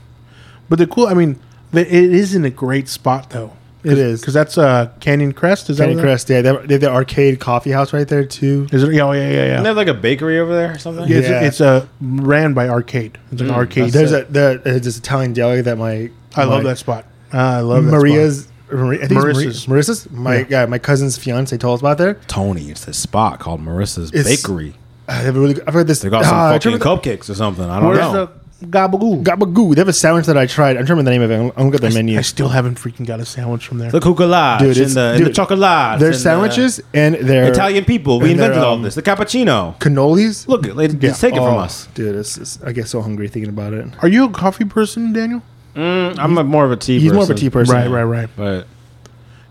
But the cool, I mean, the, it is in a great spot though.
It is.
because that's uh, Canyon Crest. Is
Canyon
that Crest?
Crest, yeah. They have, they have the arcade coffee house right there too.
Is it? Yeah, oh, yeah, yeah, yeah.
Isn't there like a bakery over there or something?
It's,
Yeah.
it's uh, ran by Arcade. It's an arcade.
There's a there, there's this Italian deli that my
I love
my-
that spot. Uh, I love that
Maria's Maria, I think Marissa's.
Marissa's.
Marissa's. My yeah. my cousin's fiance told us about there.
Tony, it's this spot called Marissa's
It's-
Bakery.
Uh, they have a really. I've heard this.
They got some
ah, I
fucking
remember
cupcakes or something. I
spot.
Oh,
Where's
don't know.
the gabagoo?
Gabagoo. They have a sandwich that I tried. I'm remembering the name of it. I'll look at the menu.
I still haven't freaking got a sandwich from there.
the cucalage
Dude, it's-
and the, and the
dude,
chocolate.
Their sandwiches and their
Italian people. We
and their,
invented all
um,
this. The cappuccino.
cannolis.
Look, they,
Yeah.
just take it from
Oh,
us.
dude. It's, it's, I get so hungry thinking about it.
Are you a coffee person, Daniel?
Mm, I'm a, more of a tea.
He's more of a tea person.
Right, right, right.
But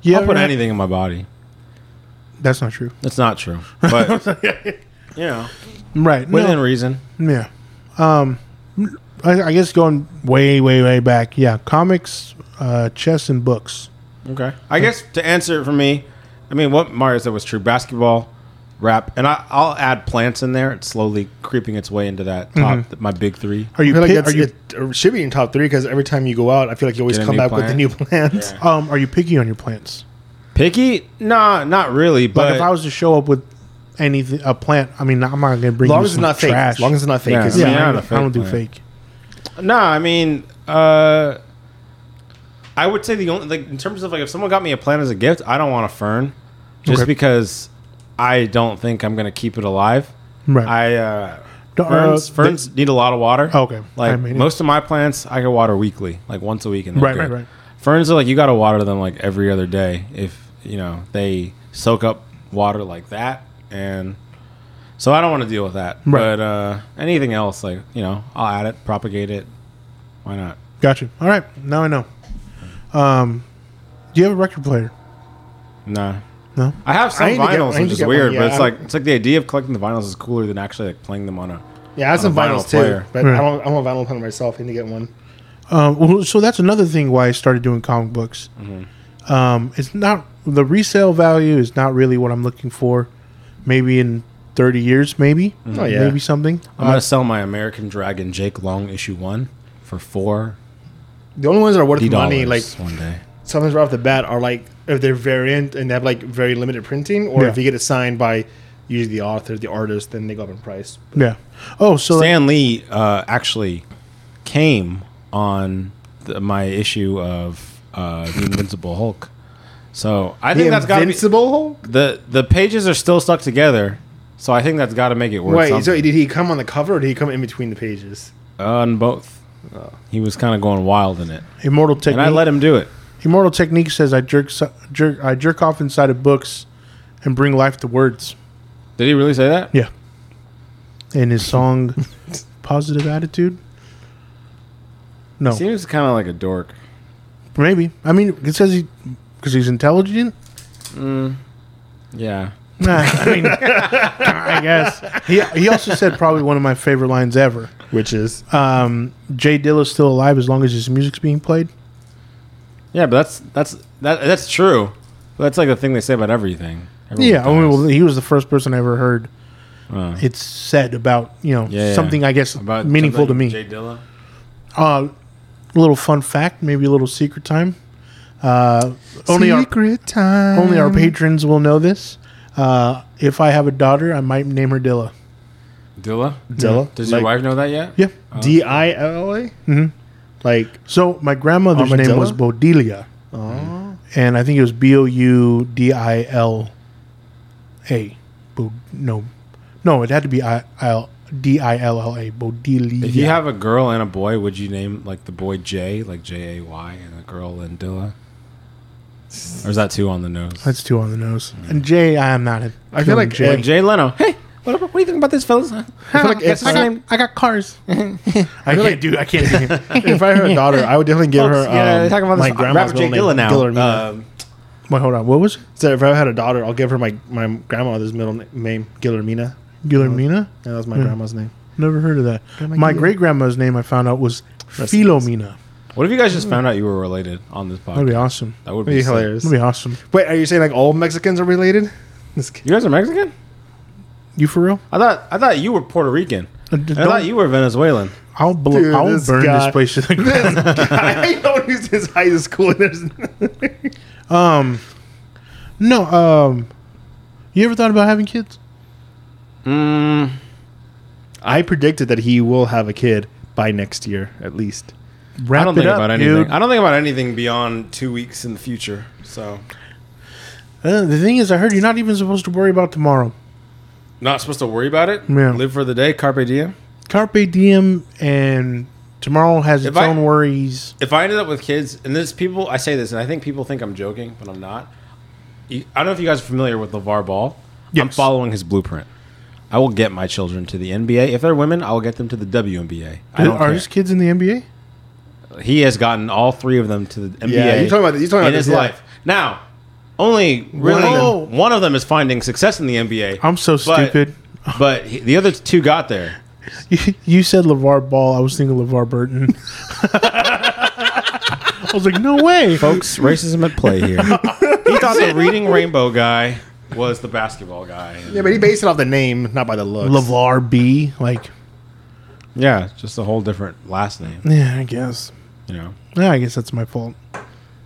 Yeah,
I'll put anything in my body.
That's not true.
That's not true. But you know,
Right.
within
No,
reason.
yeah. Um, I, I guess going way, way, way back. Yeah, comics, uh, chess, and books.
Okay. I guess to answer it for me, I mean, what Mario said was true. Basketball, rap, and I, I'll add plants in there. It's slowly creeping its way into that top,
Mm-hmm.
my big three.
I
Are you?
feel like
pi-
that's,
are you?
it it should be in top three because every time you go out, I feel like you always
Get a
come
new
back with the
plant.
new plans.
Yeah.
Um, are you picky on your plants?
Picky? Nah, not really. But
Like if I was to show up with anything, a plant. I mean, I'm not gonna
As
bring.
long
you
as it's
some
not fake.
trash.
As long as it's not fake.
Yeah.
'cause-
yeah,
I mean,
I,
I'm
don't,
not a
I don't do
fake
fake.
No, I mean, uh, I would say the only like in terms of like if someone got me a plant as a gift, I don't want a fern, just
Okay.
because I don't think I'm gonna keep it alive.
Right.
I uh,
Don't-
ferns
uh,
ferns need a lot of water.
Okay.
like
I mean-
most of my plants, I can water weekly, like once a week. And they're
Right, right,
good.
right.
Ferns are like you gotta water them like every other day if you know they soak up water like that and. So I don't want to deal with that,
Right.
but uh, anything else, like you know, I'll add it, propagate it, why not?
Gotcha. All right. Now I know. Um, do you have a record player?
Nah.
No.
I have some
I need to get-
vinyls,
I need
which
to
is
get one,
weird,
yeah.
but it's like it's like the idea of collecting the vinyls is cooler than actually like playing them on a.
Yeah, I have
On
some
a vinyl
vinyls too,
player.
but
Right.
I don't. I'm a vinyl player myself. I need to get one.
Um, well, so that's another thing why I started doing comic books.
Mm-hmm.
Um, it's not the resale value is not really what I'm looking for. Maybe in 30 years, maybe,
Oh, yeah.
maybe something.
Uh,
I'm gonna sell my American Dragon Jake Long issue one for four
The only ones that are worth money,
dollars
like
one day.
sometimes right off the bat, are like if they're variant and they have like very limited printing, or
Yeah.
if you get it signed by usually the author, the artist, then they go up in price.
Yeah. Oh, so
Stan Lee uh, actually came on the, my issue of uh, the Invincible Hulk, so I think
the
that's got to be
Invincible Hulk.
the the pages are still stuck together. So I think that's got to make it worth
Wait, so
something.
did he come on the cover or did he come in between the pages?
on both. He was kind of going wild in it,
immortal
and
technique.
I let him do it.
Immortal Technique says I jerk, so- jerk I jerk off inside of books and bring life to words.
Did he really say that?
Yeah. In his song Positive Attitude? No.
Seems kind of like a dork.
Maybe. I mean, it says he because he's intelligent.
Yeah.
Nah, I mean, I guess he he also said probably one of my favorite lines ever.
which is
Um, Jay Dilla's still alive as long as his music's being played.
Yeah, but that's that's that that's true. That's like the thing they say about everything. Everyone
Yeah, I mean,
dies.
well, he was the first person I ever heard
Uh,
it's said about you know
Yeah, yeah.
something I guess
about
meaningful to
something
me.
Jay Dilla.
Uh, little fun fact, maybe a little secret time. Uh, only our
secret time.
only our patrons will know this. Uh, if I have a daughter, I might name her Dilla.
Dilla.
Dilla.
Does
like,
your wife know that yet?
Yeah.
D I L A?
Mhm.
Like
So my grandmother's name
Armadillo?
was Bodilia,
oh,
and I think it was B O U D I L A. Bo- No, no, it had to be I L D I L L A. Bodilia.
If you have a girl and a boy, would you name like the boy Jay, like J A Y, and the girl Lindilla? Or is that too on the nose?
That's two on the nose. And Jay, I am not. a
Mm. I feel like
Jay.
Ed-
Jay Leno. Hey, what, about, what do you think about this, fellas? I
feel like it's-
I got cars.
I can't do. I can't do him.
if I had a daughter, I would definitely give her. Um,
yeah, they're talking about
my
this
grandma's
rapper Jay
middle name,
Dilla now.
Guillermina.
Um,
Wait, hold on. What was it?
so if I had a daughter, I'll give her my my grandmother's middle na- name, Guillermina.
Guillermina?
Yeah, that was my
Hmm.
grandma's name.
Never heard of that.
Grandma
My
Gil.
great grandma's name I found out was
peace.
Philomena.
what if you guys just found out you were related on this
That'd be
podcast?
awesome.
That would be,
That'd be
sick.
hilarious.
That'd be awesome.
Wait, are you saying like all Mexicans are related? This kid.
You guys are Mexican?
You for real?
I thought I thought you were Puerto Rican.
Uh, d-
I thought
Don't,
you were Venezuelan.
I'll, bl-
Dude,
I'll
this
burn
guy-
this place to the ground.
I don't use his high school. There's
Um, no. Um, you ever thought about having kids?
Mm,
I predicted that he will have a kid by next year, at least.
Wrap
I don't think
it up,
about anything.
dude.
I don't think about anything beyond two weeks in the future. So
Uh, the thing is, I heard you're not even supposed to worry about tomorrow.
not supposed to worry about it.
Yeah.
Live for the day, carpe diem.
Carpe diem and tomorrow has
If
its
I-
own worries.
if I ended up with kids, and this people, I say this, and I think people think I'm joking, but I'm not. You- I don't know if you guys are familiar with LeVar Ball. I'm
Yes.
following his blueprint. I will get my children to the NBA. If they're women, I will get them to the WNBA. I don't
Are
care.
his kids in the NBA?
He has gotten all three of them to the NBA
you're talking about- you're talking
in
about
his
this, yeah.
life. Now, only really one
of
of,
them.
them is finding success in the NBA.
I'm so
But-
stupid.
But he, the other two got there.
You, you said LeVar Ball. I was thinking LeVar Burton. I was like, no way.
Folks, racism at play here. he thought the Reading Rainbow guy was the basketball guy.
Yeah, but he based it off the name, not by the looks.
LeVar B. Like,
Yeah, just a whole different last name.
yeah, I guess.
You know,
Yeah, I guess that's my fault.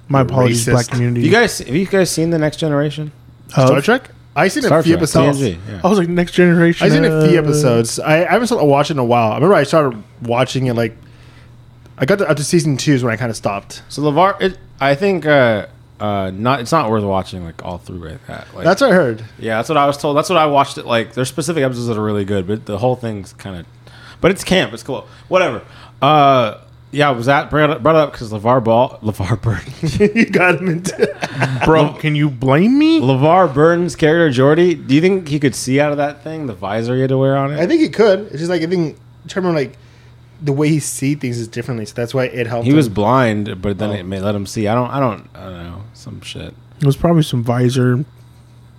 My apologies,
Racist.
black community.
you guys have you guys seen the Next Generation?
Of-
Star Trek? I seen
Star
a few
Trek,
episodes.
TNG, yeah.
I was like, next generation.
I seen a few
uh,
episodes. I, I haven't started watching in a while. I remember I started watching it like I got to, up to season two is when I kind of stopped.
So Levar, it, I think uh, uh, not it's not worth watching like all through like that. Like,
That's what I heard.
yeah, that's what I was told. That's what I watched. It like there's specific episodes that are really good, but the whole thing's kind of, but it's camp. It's cool. Whatever. Uh, yeah, I was that brought up, brought up because Levar Ball, Levar Burton,
you got him into.
Bro, can you blame me?
Levar Burton's character Jordy. Do you think he could see out of that thing? The visor he had to wear on it.
I think he could. It's just like I think Trevor like the way he see things is differently. So that's why it helped.
He
him.
was blind, but then
Oh.
it may let him see. I don't. I don't. I don't know. Some shit.
It was probably some visor,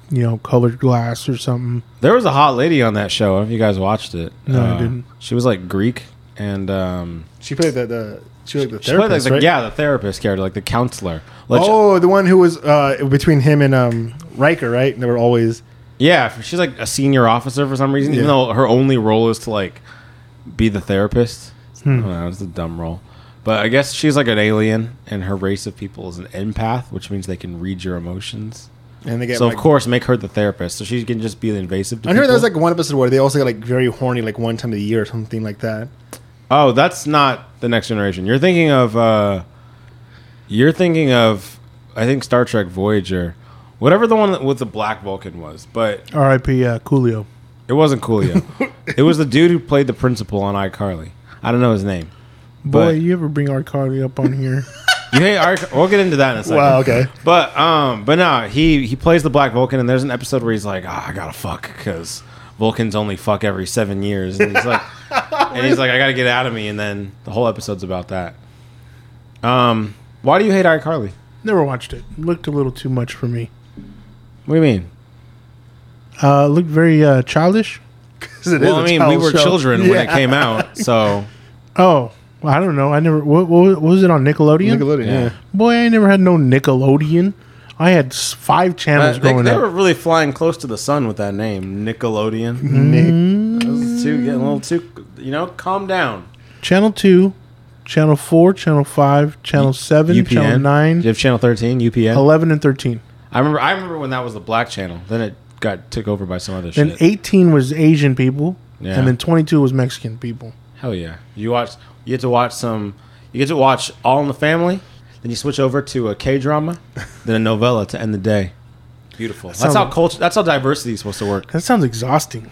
you know, colored glass or something.
There was a hot lady on that show. I don't know if you guys watched it.
No, I
Uh,
didn't.
She was like Greek, and um,
she played the, the she was like the
she played, like
therapist,
the-
right?
yeah, the therapist character, like the counselor. Like,
Oh, the one who was uh, between him and um, Riker, right? And they were always
yeah, she's like a senior officer for some reason, even
Yeah.
though her only role is to like be the therapist.
Hmm.
I don't know, it's a dumb role. But I guess she's like an alien, and her race of people is an empath, which means they can read your emotions.
and they get
so
like,
of course, make her the therapist, so she can just be invasive. To
I heard there
people.
was like one episode where they also got like very horny like one time of the year or something like that.
Oh, that's not the next generation. You're thinking of uh you're thinking of I think Star Trek Voyager. Whatever the one that with the black Vulcan was, but
R.I.P. Uh, Coolio.
it wasn't Coolio. it was the dude who played the principal on iCarly. I don't know his name.
Boy,
But-
you ever bring R. Carly up on here?
You hate iCarly? We'll get into that in a second.
Wow, okay.
But um, but no, he he plays the Black Vulcan, and there's an episode where he's like, "Ah, I gotta fuck because Vulcans only fuck every seven years, and he's like, and he's like, I gotta get out of me, and then the whole episode's about that. Um, why do you hate iCarly?
Never watched it. Looked a little too much for me.
What do you mean?
Uh, looked very uh, childish.
Well, I mean, we were children when it
Yeah.
came out, so
Oh, well, I don't know. I never. What, what was it on Nickelodeon?
Nickelodeon,
Yeah.
yeah.
Boy, I never had no Nickelodeon. I had s- five channels
Uh, they,
growing
they
up.
were really flying close to the sun with that name,
Mm-hmm.
Nickelodeon.
Mm-hmm.
Nick.
That was too getting a little too, you know. Calm down.
Channel two, channel four, channel five, channel seven, channel nine,
You have channel thirteen, UPN.
eleven, and thirteen.
I remember. I remember when that was the black channel. Then it got took over by some other
Then
shit.
eighteen was Asian people,
Yeah.
and then twenty-two was Mexican people.
Hell yeah! You watch. You get to watch some. You get to watch All in the Family. Then you switch over to a K drama, then a novella to end the day. Beautiful. that's
sounds-
how culture. That's how diversity is supposed to work.
That sounds exhausting.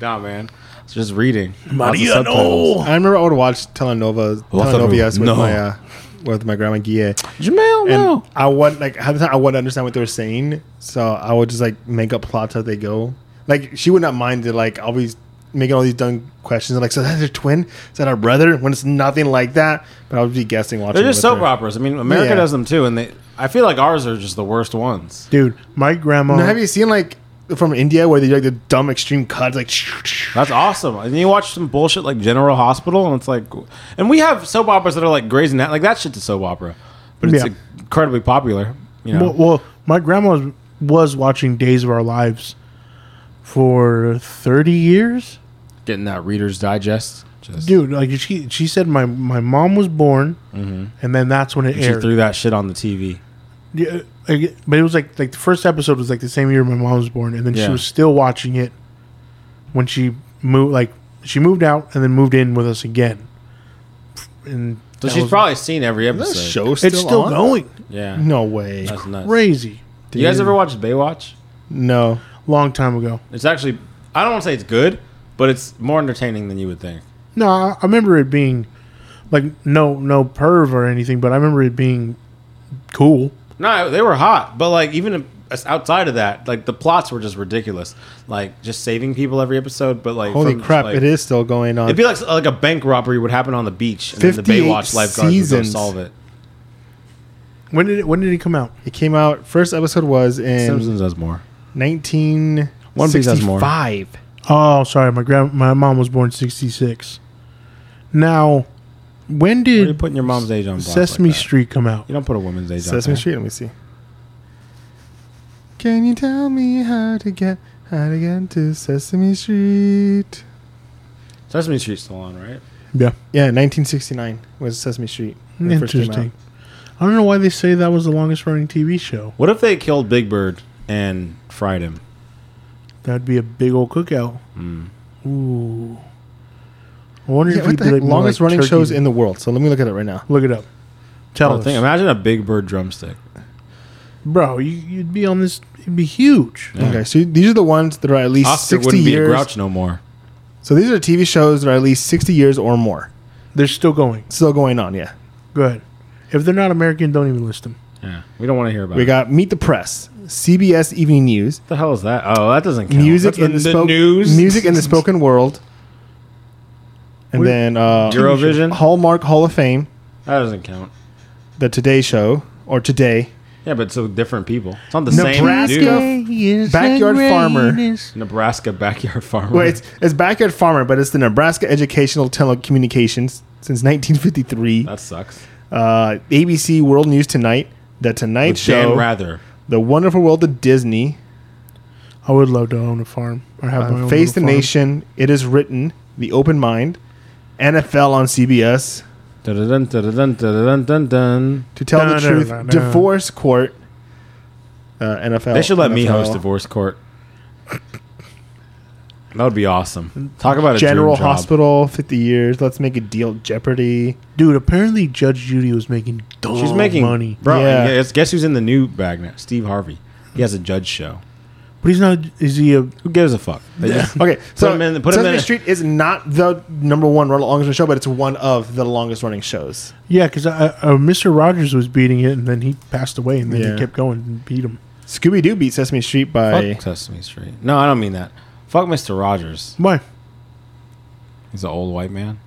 Nah, man. It's just reading. Lots of
Mariano.
subtitles.
I remember I would watch telenovas,
Lots of-
telenovelas with
no.
my uh, with my grandma Guille,
Jamel,
and
Oh.
no.
I would like half the time I wouldn't understand what they were saying, so I would just like make up plots as they go. Like she would not mind to like always making all these dumb questions, like so that's her twin, is that our brother? When it's nothing like that, but I would be guessing watching.
They're just
with
soap
her.
operas. I mean, America
Yeah.
does them too, and they. I feel like ours are just the worst ones.
Dude, my grandma.
Now, have you seen like from India where they do like the dumb extreme cuts, like
That's awesome. And you watch some bullshit like General Hospital, and it's like, and we have soap operas that are like Grey's Anatomy. Like that shit's a soap opera, but it's
Yeah.
incredibly popular. You know,
Well, well, my grandma was, was watching Days of Our Lives for thirty years,
getting that Reader's Digest. Just,
dude. Like she, she said my my mom was born, and then that's when it
Mm-hmm. she
aired.
threw that shit on the TV.
Yeah, uh, like, but it was like like the first episode was like the same year my mom was born, and then
Yeah.
she was still watching it when she moved. Like she moved out and then moved in with us again. And
So
that
she's
was-
probably seen every
Is
episode.
that show still
it's still
on?
going.
Yeah,
No way.
that's nuts.
Crazy,
Do you guys ever watch Baywatch?
No.
long time ago.
It's actually, I don't want to say it's good, but it's more entertaining than you would think.
No, I, I remember it being like no no perv or anything, but I remember it being cool.
No, they were hot, but like even outside of that, like the plots were just ridiculous. Like just saving people every episode, but like
Holy
from,
crap!
like-
it is still going on.
It'd be like like a bank robbery would happen on the beach, and then the
58
Baywatch lifeguards would go
seasons.
solve it.
When did it, when did it come out?
It came out. First episode was in
does more.
nineteen
One Piece has more.
sixty-five.
Oh, sorry, my grand my mom was born sixty six. Now, when
Why are you
did
putting your mom's age on blast like
Sesame
that?
Street come out?
You don't put a woman's age on
Sesame
there.
Street. Let me see. Can you tell me how to get how to get to Sesame Street?
Sesame Street's still on, right?
Yeah,
Yeah, nineteen sixty-nine was Sesame Street. when it first came
interesting. I don't know why they say that was the longest running TV show.
What if they killed Big Bird and fried him?
That'd be a big old cookout.
Hmm.
Ooh, I wonder
out. Yeah,
if he'd
what
be
the heck?
like more
longest
like
running
turkey
shows
than-
in the world. So let me look at it right now.
Look it up. Tell
Oh,
us,
think, imagine a Big Bird drumstick.
bro. You, you'd be on this. It'd be huge.
Yeah.
Okay, so these are the ones that are at least
Oscar
sixty
wouldn't be a
years.
grouch no more.
so these are TV shows that are at least sixty years or more.
They're still going.
Still going on. Yeah.
Go ahead. If they're not American, don't even list them.
Yeah, we don't want to hear about.
We
it.
got Meet the Press, CBS Evening News,
what the hell is that? Oh, that doesn't count.
music
That's
in the, spoken
news.
music in the spoken world, and
What-
then uh,
Eurovision.
Hallmark Hall of Fame,
That doesn't count.
The Today Show or Today,
Yeah, but so different people. It's not the
Nebraska-
same dude.
Backyard Farmer.
Nebraska backyard farmer.
Well, it's, it's Backyard Farmer, but it's the Nebraska Educational Telecommunications since 1953.
that sucks.
Uh, ABC World News Tonight, The Tonight
With
Show,
Dan Rather.
The Wonderful World of Disney,
I would love to own a farm or have my
uh,
own
Face the
little farm.
Nation, It Is Written, The Open Mind, NFL on CBS,
Dun-dun-dun, dun-dun-dun, dun-dun-dun, dun.
To Tell the
Dun, dun,
Truth,
dun, dun.
Divorce Court, uh, NFL.
They should let me
NFL.
host divorce court. That would be awesome. Talk about a
General
dream job.
Hospital, 50 years. Let's make a deal. Jeopardy.
Dude, apparently Judge Judy was making dumb
She's making
money,
bro.
Yeah.
Guess, guess who's in the new bag now? Steve Harvey. He has a judge show.
but he's not. Is he a?
Who gives a fuck? They just-
Okay, so
'em in- put 'em
Sesame
in a-
Street is not the number one run- longest show, but it's one of the longest running shows.
Yeah, because uh, Mr. Rogers was beating it, and then he passed away, and then
Yeah.
he kept going and beat him.
Scooby Doo beat Sesame Street by.
fuck Sesame Street. No, I don't mean that. Fuck Mr. Rogers.
Why?
He's an old white man.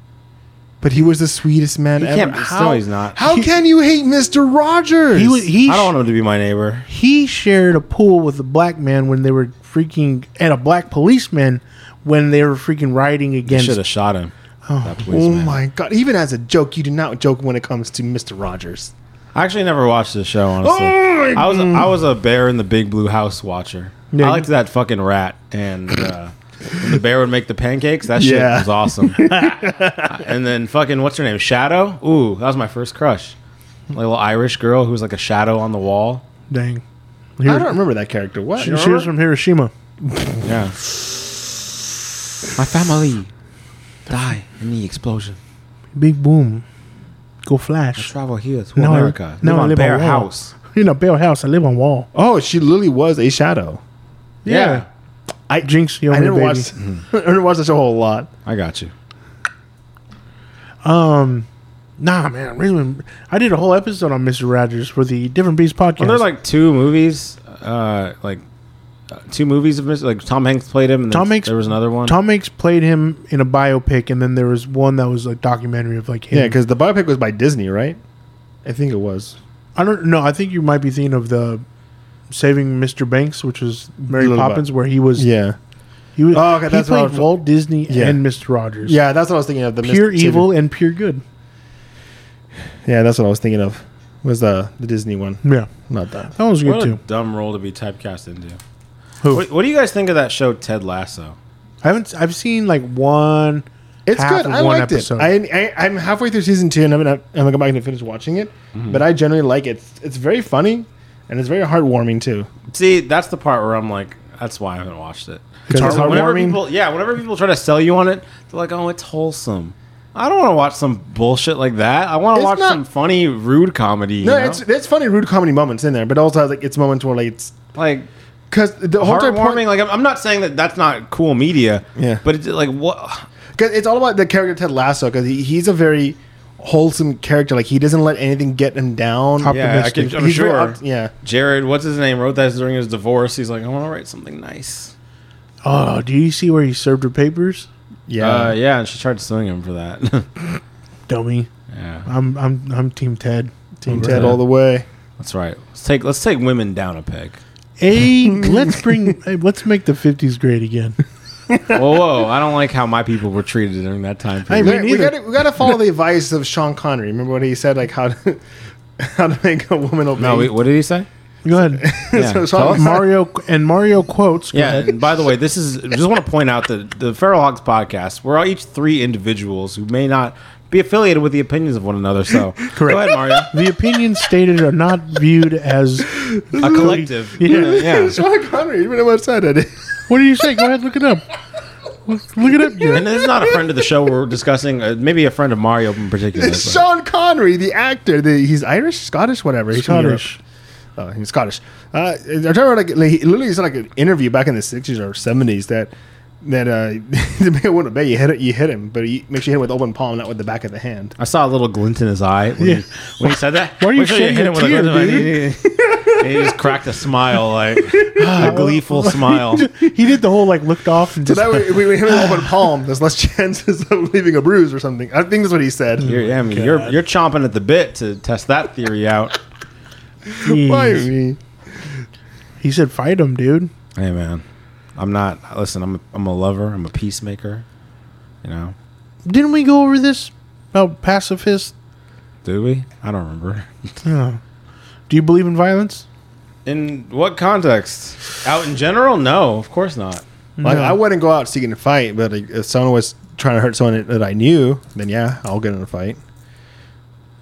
But he was the sweetest man
He
ever.
can't. No, he's not.
how can you hate Mister Rogers?
He was, he
I
sh-
don't want him to be my neighbor.
he shared a pool with a black man when they were freaking and a black policeman when they were freaking riding
should
against.
have shot him. that
Oh
policeman.
my god! Even as a joke, you do not joke when it comes to Mister Rogers.
I actually never watched this show. Honestly,
Oh my-
I was I was a bear in the Big Blue House watcher.
Mm. Yeah.
I liked that fucking rat, and uh, when the bear would make the pancakes. That shit
Yeah.
was awesome. and then fucking what's her name? Shadow. Ooh, that was my first crush. Little Irish girl who was like a shadow on the wall.
Dang,
I
Here-
don't remember that character. What?
she, she was from Hiroshima.
Yeah. My family die in the explosion.
Big boom, go flash.
Travel here to
No, I-
America.
no,
Live
I
on
live on
Bear
wall.
House.
You know, Bell House. I live on Wall.
oh, she literally was a shadow.
Yeah.
I jinx. You
I never
baby.
watched. I never watched that show a whole lot.
I got you.
Um, nah, man. Really, I did a whole episode on Mister Rogers for the Different Beast podcast.
Well, there's like two movies, uh, like uh, two movies of Mr. Like Tom Hanks played him. And
Tom
then
Hanks-
There was another one.
Tom Hanks played him in a biopic, and then there was one that was like documentary of like him.
Yeah, because the biopic was by Disney, right? I think it was.
I don't know. I think you might be thinking of the Saving Mr. Banks, which was Mary
Little
Poppins, where he was.
Yeah,
He was.
Oh, okay,
he
that's what I
played
was-
Walt Disney
Yeah.
and Mister Rogers.
yeah, that's what I was thinking of. The
pure
Mr. Savior.
evil and pure good.
Yeah, that's what I was thinking of. Was the the Disney one?
Yeah,
Not that.
that was good
what a
too.
dumb role to be typecast into.
Who?
What, what do you guys think of that show Ted Lasso?
I haven't. I've seen like one.
It's
half
good.
of
I
one
liked
episode.
it. I, I I'm halfway through season two, and I'm gonna, I'm gonna go back and finish watching it. But I generally like it. It's, it's very funny, and it's very heartwarming too.
See, that's the part where I'm like, that's why I haven't watched it.
It's
Because whenever
heartwarming.
people, yeah, whenever people try to sell you on it, they're like, "Oh, it's wholesome." I don't want to watch some bullshit like that. I want to
It's
watch
not-
some funny, rude comedy. you
no,
know?
it's it's funny, rude comedy moments in there, but also has like it's moments where like it's
like
because the whole entire point-
heartwarming. Like I'm, I'm not saying that that's not cool media.
Yeah.
but it's like what?
Because it's all about the character Ted Lasso. Because he, he's a very wholesome character. Like he doesn't let anything get him down.
Op-
Yeah, I
Optimistic.
can, I'm
He's
sure.
very op- yeah.
Jared, what's his name, wrote that during his divorce. He's like, I want to write something nice.
Oh, do you see where he served her papers,
Yeah.
uh, yeah, and she tried suing him for that.
dummy?
yeah,
I'm I'm I'm Team Ted.
Team
Over
Ted
there.
all the way.
that's right. Let's take let's take women down a peg.
Hey, let's bring. Hey, let's make the '50s great again.
whoa, whoa! I don't like how my people were treated during that time period.
me
We- we
neither.
gotta we gotta follow the advice of Sean Connery. Remember what he said? Like how to how to make a woman obey.
no, wait, what did he say?
Go ahead.
Yeah,
So
tell us.
Sean,
Mario and Mario quotes. Go
Yeah,
ahead.
and by the way, this is I just want to point out that the Feral Hogs podcast, we're all each three individuals who may not be affiliated with the opinions of one another. So go ahead, Mario.
The opinions stated are not viewed as.
A collective.
Yeah.
yeah.
Sean Connery. You remember what said it?
What do you say? Go ahead, look it up. Look look it up. Jared.
And this is not a friend of the show we're discussing, uh, maybe a friend of Mario in particular. but-
Sean Connery, the actor. The, he's Irish, Scottish, whatever. He's from Europe.
Scottish.
uh, he's Scottish. Uh, I remember like, like he literally it's like an interview back in the sixties or seventies that that uh, the man wouldn't obey. You hit it, you hit him, but you make sure you hit him with open palm, not with the back of the hand.
I saw a little glint in his eye when, he, when he said that.
Why are you
Make sure
shedding
hit
a
him with a
tear,
glint in the eye. And he just cracked a smile, like ah, a gleeful smile.
He did the whole like looked off and
So
just.
that way, if we hit him with open palm, there's less chances of leaving a bruise or something. I think that's what he said.
You're, yeah, I mean, you're you're chomping at the bit to test that theory out.
Why
Jeez.
me?
He said, "Fight him, dude."
Hey, man, I'm not. Listen, I'm a, I'm a lover. I'm a peacemaker. You know,
Didn't we go over this about pacifists?
do we? I don't remember.
Yeah. Do you believe in violence?
In what context? Out in general? No, of course not.
Like
No.
I wouldn't go out seeking a fight, but like, if someone was trying to hurt someone that I knew, then yeah, I'll get in a fight.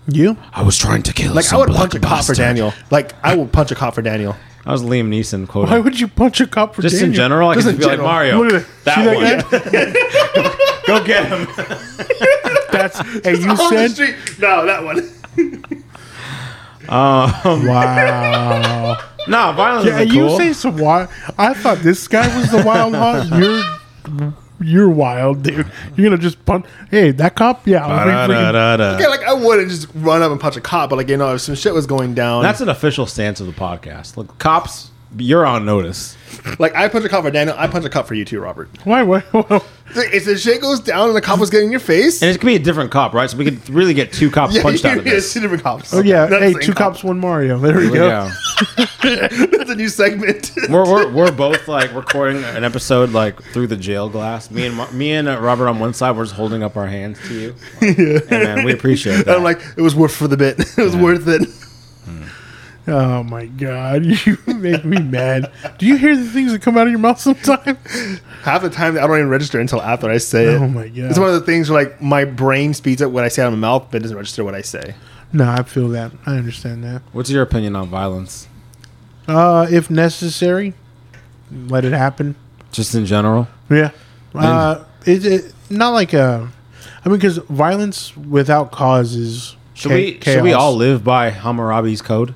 You?
I was trying to kill.
Like I would punch a cop for
bastard.
Daniel. Like I will punch a cop for Daniel.
I was Liam Neeson quoting.
Why would you punch a cop for
Just in
Daniel?
general, I
Just
can
in
be like
general.
Mario.
Look at that. See that
that one. Go get him.
That's hey, you
On the
said
street? No, that one.
wow.
No, violence
yeah,
isn't
you
cool.
say some wild. I thought this guy was the wild hog. You're you're wild, dude. You're gonna just punch. Hey, that cop. Yeah, I'll bring freaking-
Ba-da-da-da-da.
Yeah, like I wouldn't just run up and punch a cop, but like you know, if some shit was going down,
That's an official stance of the podcast. Look, cops, You're on notice.
Like I punch a cop for Daniel, I punch a cop for you too, Robert.
Why? Why?
If the shit goes down and the cop was getting in your face,
And it could be a different cop, right? So we could really get two cops punched out of
it's
this.
two different cops.
oh yeah.
Not the
hey,
same
two
cop.
cops, one Mario. There we go.
Yeah.
That's a new segment.
We're, we're, we're both like recording an episode like through the jail glass. Me and Ma- me and uh, Robert on one side, we're just holding up our hands to you. Hey, man, we appreciate that.
I'm like, it was worth for the bit. It was worth it.
Oh my god, you make me mad. Do you hear the things that come out of your mouth sometimes?
Half the time, I don't even register until after I say it.
Oh my God.
It's one of the things where like my brain speeds up what I say out of my mouth, but it doesn't register what I say.
no, I feel that. I understand that.
What's your opinion on violence,
Uh, if necessary, let it happen.
just in general?
Yeah. Uh, it, it not like a. I mean, because violence without cause is
Should
cha-
we should we
chaos.
all live by Hammurabi's code?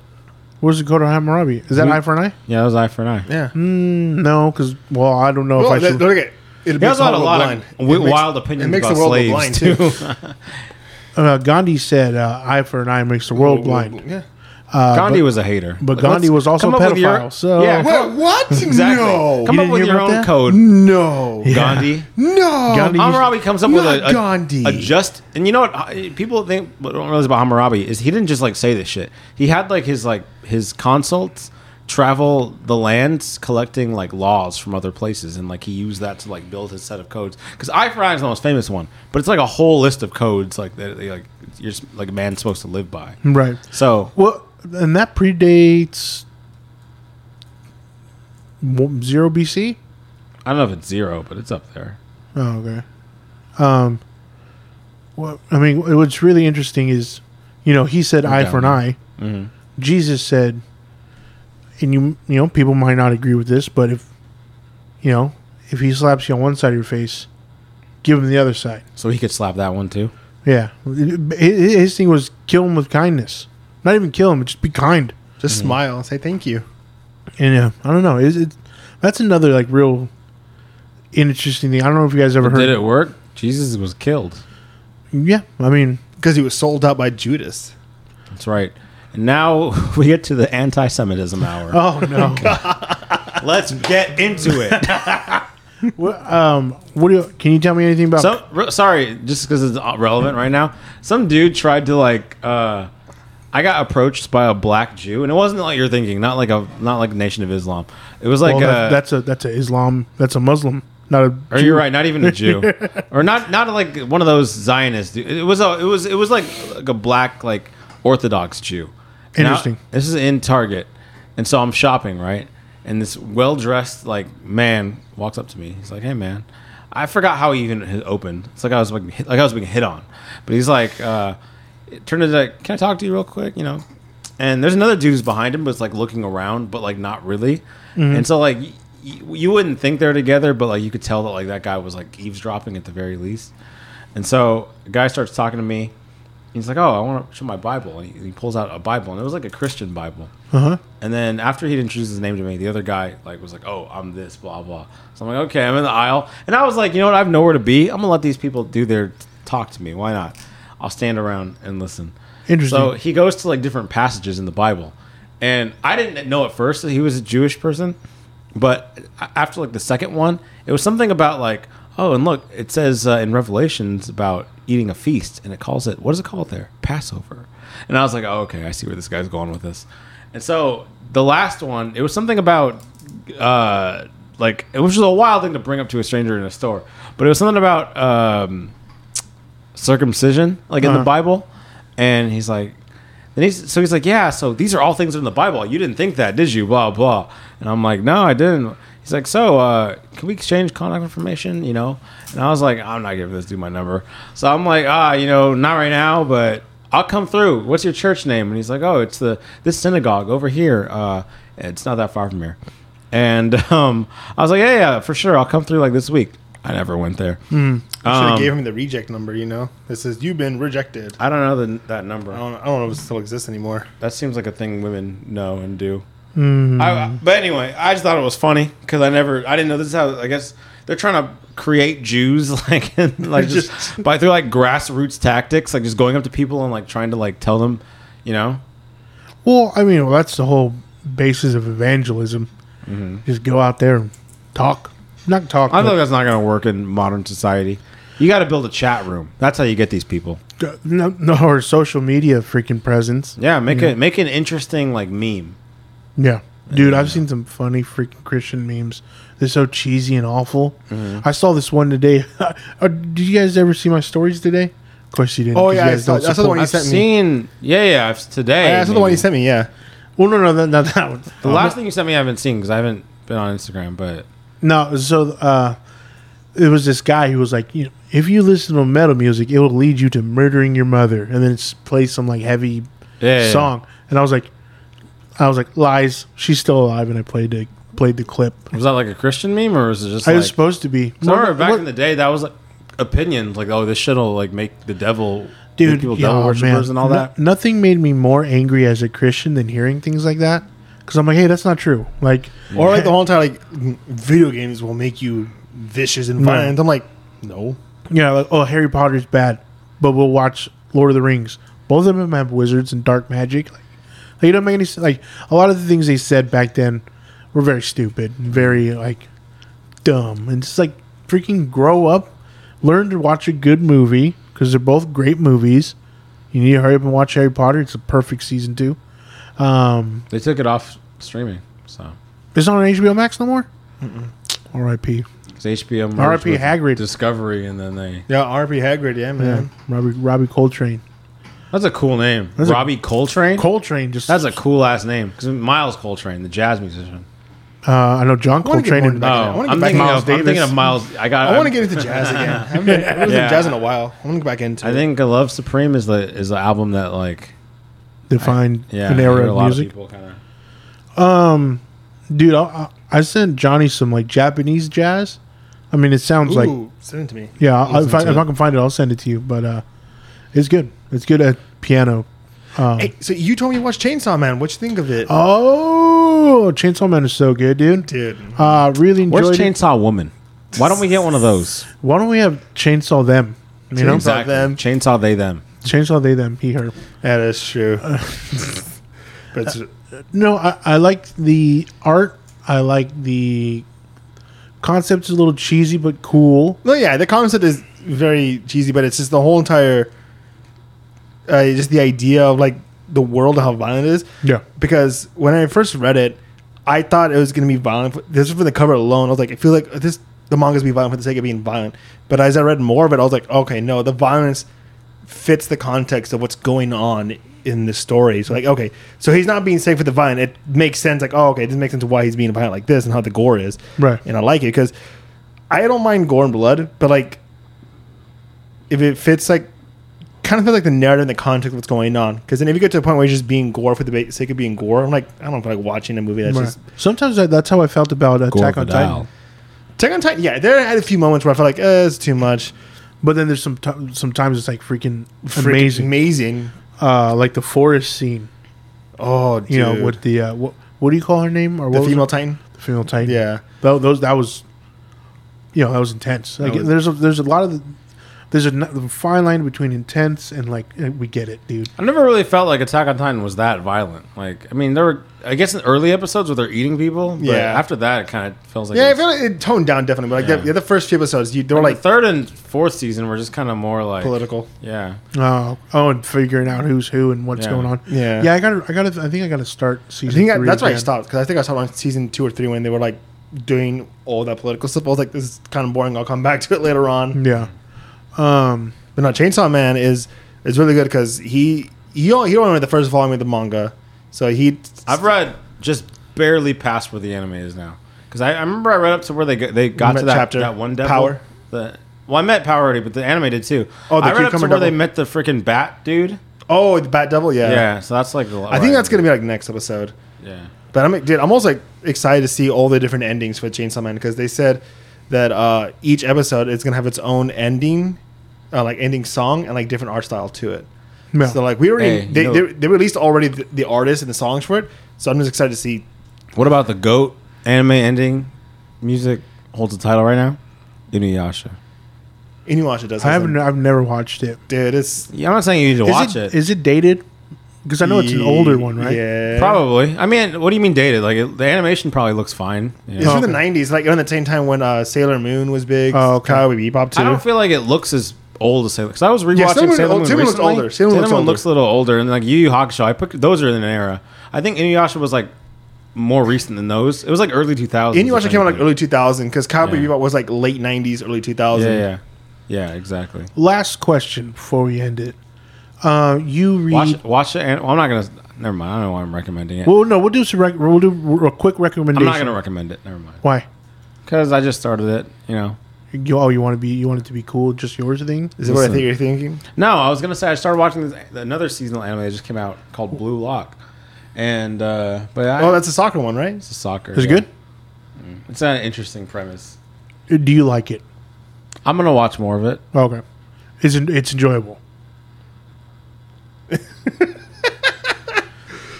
Where's the code of Hammurabi? Is that
We-
eye for an eye?
Yeah, that was eye for an eye.
Yeah.
Mm, no, because well, I don't know
Well,
if I
that-
should.
don't forget, it
He has
makes the
got a
world
lot
blind.
of
It
wi-
makes-
wild opinions
it makes
about
the world go
slaves
blind,
too.
too.
uh, Gandhi said, uh, "Eye for an eye makes the world blind."
Yeah.
Uh,
Gandhi
but-
was a hater,
but
Like,
Gandhi
let's
was also
come
a
up with your-
pedophile, so-
yeah, come
What?
up-
What?
exactly.
No.
Come
You
up
didn't
with
hear
your
about
own
that?
code,
no.
Gandhi.
No.
Gandhi-
Hammurabi comes up with
Not
a, a,
Gandhi.
a just, and you know what uh, people think what don't realize about Hammurabi is he didn't just like say this shit. He had like his like his consults travel the lands collecting like laws from other places, and like he used that to like build his set of codes. Because Eye for Eye is the most famous one, but it's like a whole list of codes like that that, like you're s- like a man's supposed to live by.
right.
So
Well, and that predates mo- zero BC.
I don't know if it's zero, but it's up there.
Oh, okay. Um, well, I mean, wh- what's really interesting is, you know, he said eye for an eye.
Mm-hmm.
Jesus said, and you, you know, people might not agree with this, but if, you know, if he slaps you on one side of your face, give him the other side.
So he could slap that one too.
Yeah, Hi- his thing was kill him with kindness. Not even kill him, just be kind.
Just smile and say thank you.
And yeah, I don't know. Is it? That's another like real interesting thing. I don't know if you guys ever heard.
Did it work? Jesus was killed.
Yeah, I mean,
Because he was sold out by Judas.
That's right. And now we get to the anti-Semitism hour.
oh no.
Let's get into it.
What, um, what do you, can you tell me anything about?
so, re- sorry, just because it's relevant right now. Some dude tried to like. Uh, I got approached by a black Jew, and it wasn't like you're thinking. Not like a not like Nation of Islam. It was like
well,
a.
that- that's
uh,
a that's a Islam. That's a Muslim, not a.
Or you're right, not even a Jew, or not not like one of those Zionists. It was a, it was it was like like a black like Orthodox Jew. And I-
Interesting.
this is in Target, and so I'm shopping right, and this well dressed like man walks up to me. He's like, "Hey man, I forgot how he even had opened. It's like I was like hit, like I was being hit on, but he's like, uh, it turned into like, can I talk to you real quick? You know, and there's another dude who's behind him, but it's like looking around, but like not really. And so like y- y- you wouldn't think they're together, but like you could tell that like that guy was like eavesdropping at the very least. And so a guy starts talking to me. He's like, "Oh, I want to show my Bible," and he, he pulls out a Bible, and it was like a Christian Bible.
Uh huh.
And then after he'd introduced his name to me, the other guy like was like, "Oh, I'm this, blah blah." So I'm like, "Okay, I'm in the aisle," and I was like, "You know what? I have nowhere to be. I'm gonna let these people do their talk to me. Why not? I'll stand around and listen."
Interesting.
So he goes to like different passages in the Bible, and I didn't know at first that he was a Jewish person, but a- after like the second one, it was something about like, "Oh, and look, it says uh, in Revelations about eating a feast, and it calls it what does it call it there? Passover." And I was like, "Oh, okay, I see where this guy's going with this." And so the last one, it was something about uh like it was just a wild thing to bring up to a stranger in a store, but it was something about um circumcision, like in the
Uh-huh.
Bible. And he's like then he's so he's like, Yeah, so these are all things in the Bible. You didn't think that, did you? Blah blah. And I'm like, No, I didn't. He's like, So, uh, can we exchange contact information? You know? And I was like, I'm not giving this dude my number. So I'm like, ah, you know, not right now, but I'll come through. What's your church name? And he's like, Oh, it's the this synagogue over here. Uh, it's not that far from here. And um, I was like, yeah, yeah, for sure. I'll come through like this week. I never went there.
Should have
Um,
gave him the reject number, you know? That says, you've been rejected.
I don't know the, that
I
number.
don't, I don't know if it still exists anymore.
That seems like a thing women know and do.
Mm-hmm.
I, but anyway, I just thought it was funny because I never, I didn't know this is how. I guess they're trying to create Jews like, and, like just, by through like grassroots tactics, like just going up to people and like trying to like tell them, you know,
well, I mean, well, that's the whole basis of evangelism
Mm-hmm.
Just go out there and talk. Not talk.
I
but-
know that's not going to work in modern society. You got to build a chat room. That's how you get these people.
no, no, or social media freaking presence.
Yeah,
Mm-hmm.
make a make an interesting like meme.
Yeah, dude, I've seen some funny freaking Christian memes. They're so cheesy and awful.
Mm-hmm.
I saw this one today. Uh, Did you guys ever see my stories today? Of course you didn't.
Oh,
'cause
yeah,
you
I
guys
saw-
don't
I saw the one
support-
you
I've
sent me.
seen. Yeah, yeah. I've, today.
that's the one
maybe.
you uh-huh. sent me. Yeah,
Well, no, no, no, not that one.
The last thing you sent me, I haven't seen because I haven't been on Instagram. But
No, so uh, it was this guy who was like, you know, if you listen to metal music, it will lead you to murdering your mother, and then it's play some like heavy
Yeah, yeah,
song. And I was like, I was like, lies. She's still alive, and I played the played the clip.
was that like a Christian meme or was it just?
I
like,
was supposed to be.
I remember
No,
back
what-
in the day, that was like opinions like, oh, this shit'll like make the devil, make
dude,
people
yeah,
devil worshippers
man.
and all
No-
that.
nothing made me more angry as a Christian than hearing things like that. Because I'm like, hey, that's not true. Like,
or like the whole entire like m- video games will make you vicious and
No.
violent. I'm like, no.
Yeah, like oh, Harry Potter's bad, but we'll watch Lord of the Rings. Both of them have wizards and dark magic. Like, like you don't make any sense. Like a lot of the things they said back then were very stupid, and very like dumb, and just like freaking grow up, learn to watch a good movie because they're both great movies. You need to hurry up and watch Harry Potter. It's the perfect season two. Um,
They took it off streaming, so
it's not on HBO Max no more. R.I.P.
'Cause HBO, merged
R.I.P.
with
Hagrid.
Discovery, and then they.
Yeah, R.P. Hagrid. Yeah,
yeah,
man.
Robbie Robbie Coltrane.
That's a cool name,
That's a-
Robbie Coltrane.
Coltrane just
That's a cool ass name because Miles Coltrane, the jazz musician.
Uh, I know John
wanna get
Coltrane.
more
and-
into that. I
Oh,
wanna get
I'm
back
thinking,
to
Miles
of, I'm thinking
Davis.
of Miles. I got.
I want to
I'm-
get into jazz again. I haven't been, I haven't
Yeah.
been jazz in a while. I want to go back into.
I
it.
think "Love Supreme" is the is the album that like
define
yeah
an
I hear
era
a
of
lot
music.
people kind of
um, dude, I- I, I sent Johnny some like Japanese jazz. I mean, it sounds like
Ooh, send it to me.
yeah. I, if,
listen
I,
to
if I
it.
can find it, I'll send it to you. But uh, it's good. It's good at piano. Um,
Hey, so you told me you watched Chainsaw Man. What you think of
uh,
it,
Oh, Chainsaw Man is so good, dude.
dude?
Uh, really enjoyed.
Where's
it.
Chainsaw Woman? Why don't we get one of those?
Why don't we have Chainsaw them? You know,
Chainsaw them.
Chainsaw they them.
Chainsaw they them he her.
That is true. but it's,
No, I, I like the art. I like the concept's a little cheesy but cool.
no, yeah, the concept is very cheesy, but it's just the whole entire, uh, just the idea of like the world and how violent it is.
Yeah.
Because when I first read it, I thought it was going to be violent. This is from the cover alone. I was like, I feel like this the manga's be violent for the sake of being violent. But as I read more of it, I was like, okay, no, the violence fits the context of what's going on in the story. So like, okay, so he's not being safe with the violent. It makes sense. Like, oh, okay, this makes sense why he's being violent like this and how the gore is.
Right.
And I like it because I don't mind gore and blood, but like, if it fits like kind of feels like the narrative and the context of what's going on. Because then if you get to a point where you're just being gore for the ba- sake of being gore, I'm like, I don't feel like watching a movie that's
Right.
just.
Sometimes that, that's how I felt about Attack on
Crocodile.
Titan.
Attack on Titan, yeah, there I had a few moments where I felt like, eh, it's too much.
But then there's some t- sometimes it's like freaking
Freaking
amazing,
Amazing.
uh, like the forest scene.
Oh, dude.
You know, with the uh, what what do you call her name or
the
what was
female
it?
Titan?
the female titan?
Yeah.
Tho- those that was, you know, that was intense. Like,
was-
there's a, there's a lot of the, there's a n- fine line between intense and like eh, we get it, dude.
I never really felt like Attack on Titan was that violent. Like, I mean, there were, I guess, in early episodes where they're eating people. But
Yeah.
After that, it kind of feels like.
Yeah, I
it's-
feel like it toned down definitely, but like
Yeah.
the, yeah, the first few episodes, you they were
like
like
the third and fourth season were just kind of more like
political.
Yeah.
Oh, oh, and figuring out who's who and what's
Yeah.
going on.
Yeah.
yeah. I got, I got, I think I got to start
I
season.
think I,
three
that's why I
again.
stopped because I think I stopped on season two or three when they were like doing all that political stuff. I was like, this is kind of boring. I'll come back to it later on.
Yeah. Um.
But no, Chainsaw Man is is really good because he he only, he only read the first volume of the manga, so he
I've read just barely past where the anime is now because I, I remember I read up to where they got, they got
Met
to that
chapter.
that one devil.
Power.
The, well, I met Power already, but the anime did too.
Oh, the
I read up to
cucumber
where they
devil.
met the freaking bat dude.
oh the Bat Devil yeah
Yeah. so that's like. the-
I think that's gonna be like next episode.
Yeah.
But I'm dude, I'm also like excited to see all the different endings for Chainsaw Man because they said that uh, each episode is gonna have its own ending, uh, like ending song and like different art style to it.
Yeah.
So like we already
Hey, you
they,
know-
they they released already the, the artists and the songs for it, so I'm just excited to see.
What about the goat anime ending music holds the title right now? Inuyasha.
Inuyasha does. this,
I haven't.
and-
I've never watched it.
dude. It's
Yeah, I'm not saying you need to
Is
watch
it.
it.
Is it dated? Because I know it's an older one, right?
Yeah,
Probably. I mean, what do you mean dated? Like it, the animation probably looks fine. you
It's from
know?
the '90s, like around the same time when uh, Sailor Moon was big.
Oh, okay.
Cowboy Bebop too.
I don't feel like it looks as old as Sailor. Because I was rewatching
Sailor Moon- oh,
Sailor Moon.
Sailor Moon looks
recently.
older. Sailor Moon looks older.
a little older, and like Yu Yu Hakusho, I put those are in an era. I think Inuyasha was like more recent than those. It was like early 2000s.
Inuyasha
if
came out like
anything.
early 2000 because Cowboy
Yeah.
Bebop was like late 90s, early 2000.
Yeah, yeah, yeah. Exactly.
Last question before we end it. Uh, you read.
Watch, watch it. And, well, I'm not gonna. Never mind. I don't know why I'm recommending it.
Well, no, we'll do some. Rec- we'll do a quick
I'm
recommendation.
not gonna recommend it. Never mind.
Why?
Because I just started it. You know.
You, oh, you want to be? You want it to be cool? Just yours thing?
Is that what I
Listen.
think you're thinking?
No, I was gonna say I started watching this, another seasonal anime that just came out called Blue Lock, and uh, but I,
Oh, that's a soccer one, right?
it's a soccer.
Is it
yeah.
good?
It's an interesting premise.
Do you like it?
I'm gonna watch more of it.
Okay. It's en- it's enjoyable.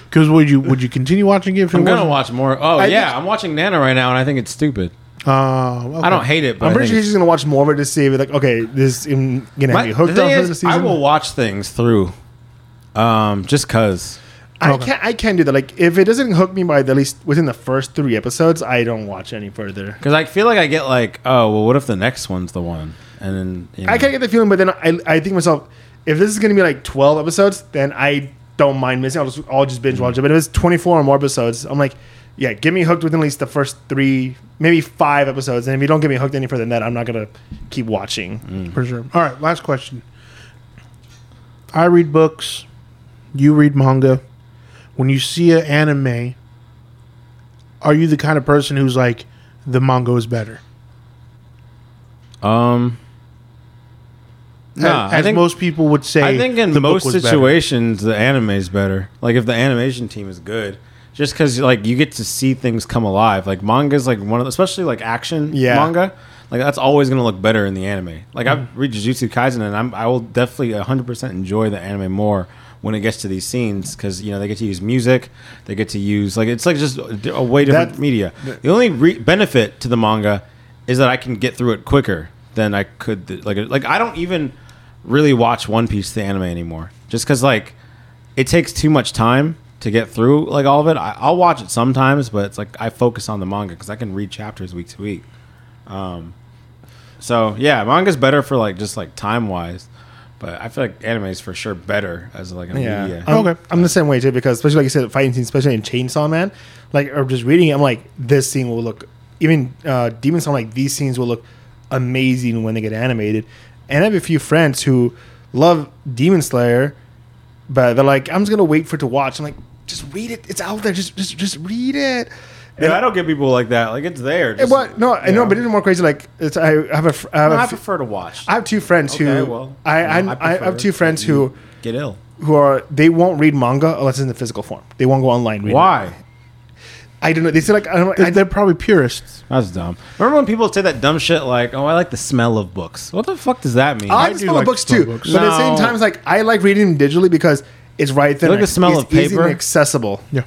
Because would you would you continue watching it? If
I'm
it
gonna
wasn't?
watch more. Oh
I
yeah,
think-
I'm watching Nana right now, and I think it's stupid.
Uh, okay.
I don't hate it, but
I'm
I
pretty
think
sure he's
it's-
just gonna watch more of it to see if like okay, this is gonna
My-
have you hooked
the
on
thing
for
is,
the season.
I will watch things through, um, just cause.
I
Okay.
can't. I can't do that. Like if it doesn't hook me by the, at least within the first three episodes, I don't watch any further.
Cause I feel like I get like, oh well, what if the next one's the one? And then you know,
I kind of get the feeling, but then I, I think to myself, if this is gonna be like 12 episodes, then I don't mind missing. I'll just I'll just binge watch it. But if it's 24 or more episodes, I'm like, yeah, get me hooked within at least the first three, maybe five episodes. And if you don't get me hooked any further than that, I'm not gonna keep watching.
for sure. All right, last question. I read books. You read manga. When you see an anime, are you the kind of person who's like, the manga is better?
um. Nah,
as
I
as
think
most people would say,
I think in
the book
most
was better.
situations the anime's better. Like if the animation team is good, just because like you get to see things come alive. Like manga's like one of the, especially like action
Yeah.
manga. Like that's always gonna look better in the anime. Like I read Jujutsu Kaisen and I'm, I will definitely 100 percent enjoy the anime more when it gets to these scenes because you know they get to use music, they get to use like it's like just a a way different
That-
media. The only re- benefit to the manga is that I can get through it quicker than I could. th- like, like I don't even really watch One Piece the anime anymore, just because like it takes too much time to get through like all of it. I, I'll watch it sometimes, but it's like I focus on the manga because I can read chapters week to week. Um, so yeah, manga's better for like just like time wise, but I feel like anime is for sure better as like a
Yeah. Um,
media.
I'm,
Okay.
I'm the same way too because especially like you said, fighting scenes, especially in Chainsaw Man, like or just reading it, I'm like, this scene will look even uh Demon Slayer, I'm like these scenes will look amazing when they get animated. And I have a few friends who love Demon Slayer, but they're like, I'm just gonna wait for it to watch. I'm like, just read it. It's out there. Just just just read it.
Yeah, I don't get people like that. Like it's there.
It
just-
wa- no, I
you
know,
know.
but it's more crazy. Like, it's, I have a, fr- I have
No,
a
I
f-
prefer to watch.
I have two friends who
Okay, well,
I, I,
you know, I
I, have
prefer
two friends
that you-
who
get ill.
who are they won't read manga unless it's in the physical form. They won't go online. Reading.
Why?
I don't know. They say like I don't.
They're-
I,
they're probably purists.
That's dumb. Remember when people say that dumb shit like, "Oh, I like the smell of books." What the fuck does that mean?
I
I
like
do
the smell
like
of books too,
smell of books.
but at the same
No.
time, it's like I like reading them digitally because it's right there.
like the smell
it's
of
easy and
paper?
accessible.
Yeah,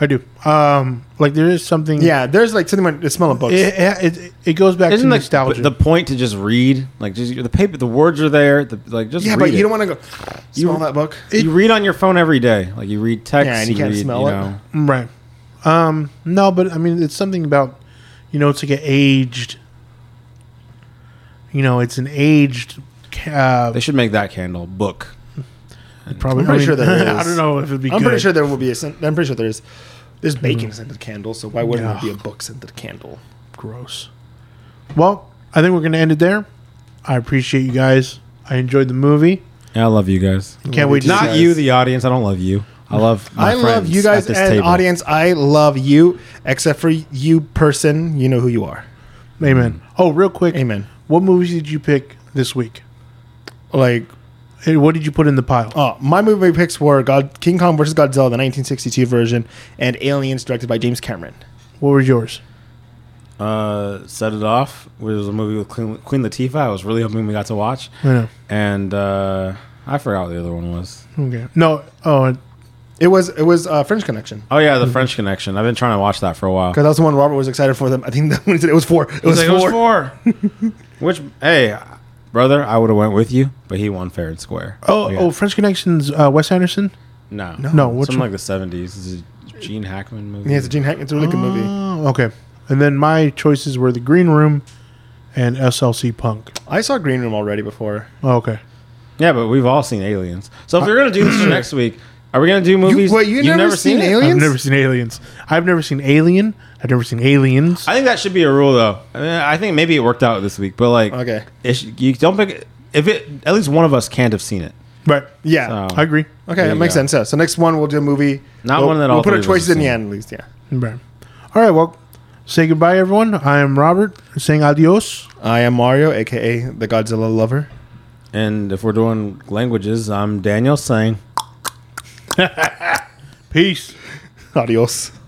I do. Um, like there is something.
Yeah, there's like something like the smell of books.
it, it, it goes back
Isn't
to
like
nostalgia.
the point to just read? Like just the paper, the words are there. The, like just
yeah,
read
but
it.
you don't want to go smell that book.
you read on your phone every day. Like you read text.
Yeah, and you
you
can't
read,
smell
you
it.
know.
right. Um, no, but I mean, it's something about you know, it's like an aged. You know, it's an aged. Uh,
They should make that candle book.
probably.
I'm pretty
I
sure there
I
is.
don't know if it'd be.
I'm
good.
pretty sure there will be a. scent- I'm pretty sure there's there's
Hmm.
bacon scented candle, so why wouldn't
Ugh.
it be a book scented candle?
Gross. Well, I think we're gonna end it there. I appreciate you guys. I enjoyed the movie.
Yeah, I love you guys.
Can't wait. to
Not
see-
guys.
you, the audience. I don't love you. I love. My
I love
friends
you guys
at this
and
table.
audience. I love you, except for you, person. You know who you are.
Amen. Oh, real quick.
Amen.
What movies did you pick this week?
Like
And what did you put in the pile?
Oh, my movie picks were God, King Kong vs. Godzilla, the 1962 version, and Aliens, directed by James Cameron.
What was yours?
uh, Set It Off, which was a movie with Queen, Queen Latifah. I was really hoping we got to watch.
I know.
And uh, I forgot what the other one was.
Okay. No. Oh,
It was it was uh, French Connection
Oh, yeah, The French Connection. I've been trying to watch that for a while.
because that's the one Robert was excited for. Them, I think that one he said it was four. It
He's
was
like,
four.
It was four. Which, hey, brother, I would have went with you, but he won fair and square.
Oh,
Yeah.
oh, French Connections. Uh, Wes Anderson.
no,
No, which
something
one?
like the seventies. This is a Gene Hackman movie.
Yeah, it's a Gene Hackman. It's a really good movie.
Uh.
Oh, okay. And then my choices were The Green Room and SLC Punk.
I saw Green Room already before.
Oh, okay.
Yeah, but we've all seen Aliens. So if they're gonna do this for next week, are we gonna do movies?
what, you
you've
never seen
it?
Alien?
I've
Aliens?
never seen Aliens. I've never seen Alien. I've never seen Aliens.
I think that should be a rule, though. I, mean, I think maybe it worked out this week, but like,
Okay.
it should, you don't pick if it. At least one of us can't have seen it.
right.
Yeah.
So-
I agree.
okay,
there
that
you
makes
go.
sense. Yeah. So next one we'll do a movie.
Not
we'll,
one that
we'll
all
put
three
our
of us have
choices in the
seen.
end, at least. Yeah.
Right. All right. Well, say goodbye, everyone. I am Robert saying adios.
I am Mario, aka the Godzilla lover.
And if we're doing languages, I'm Daniel saying.
Peace.
Adios.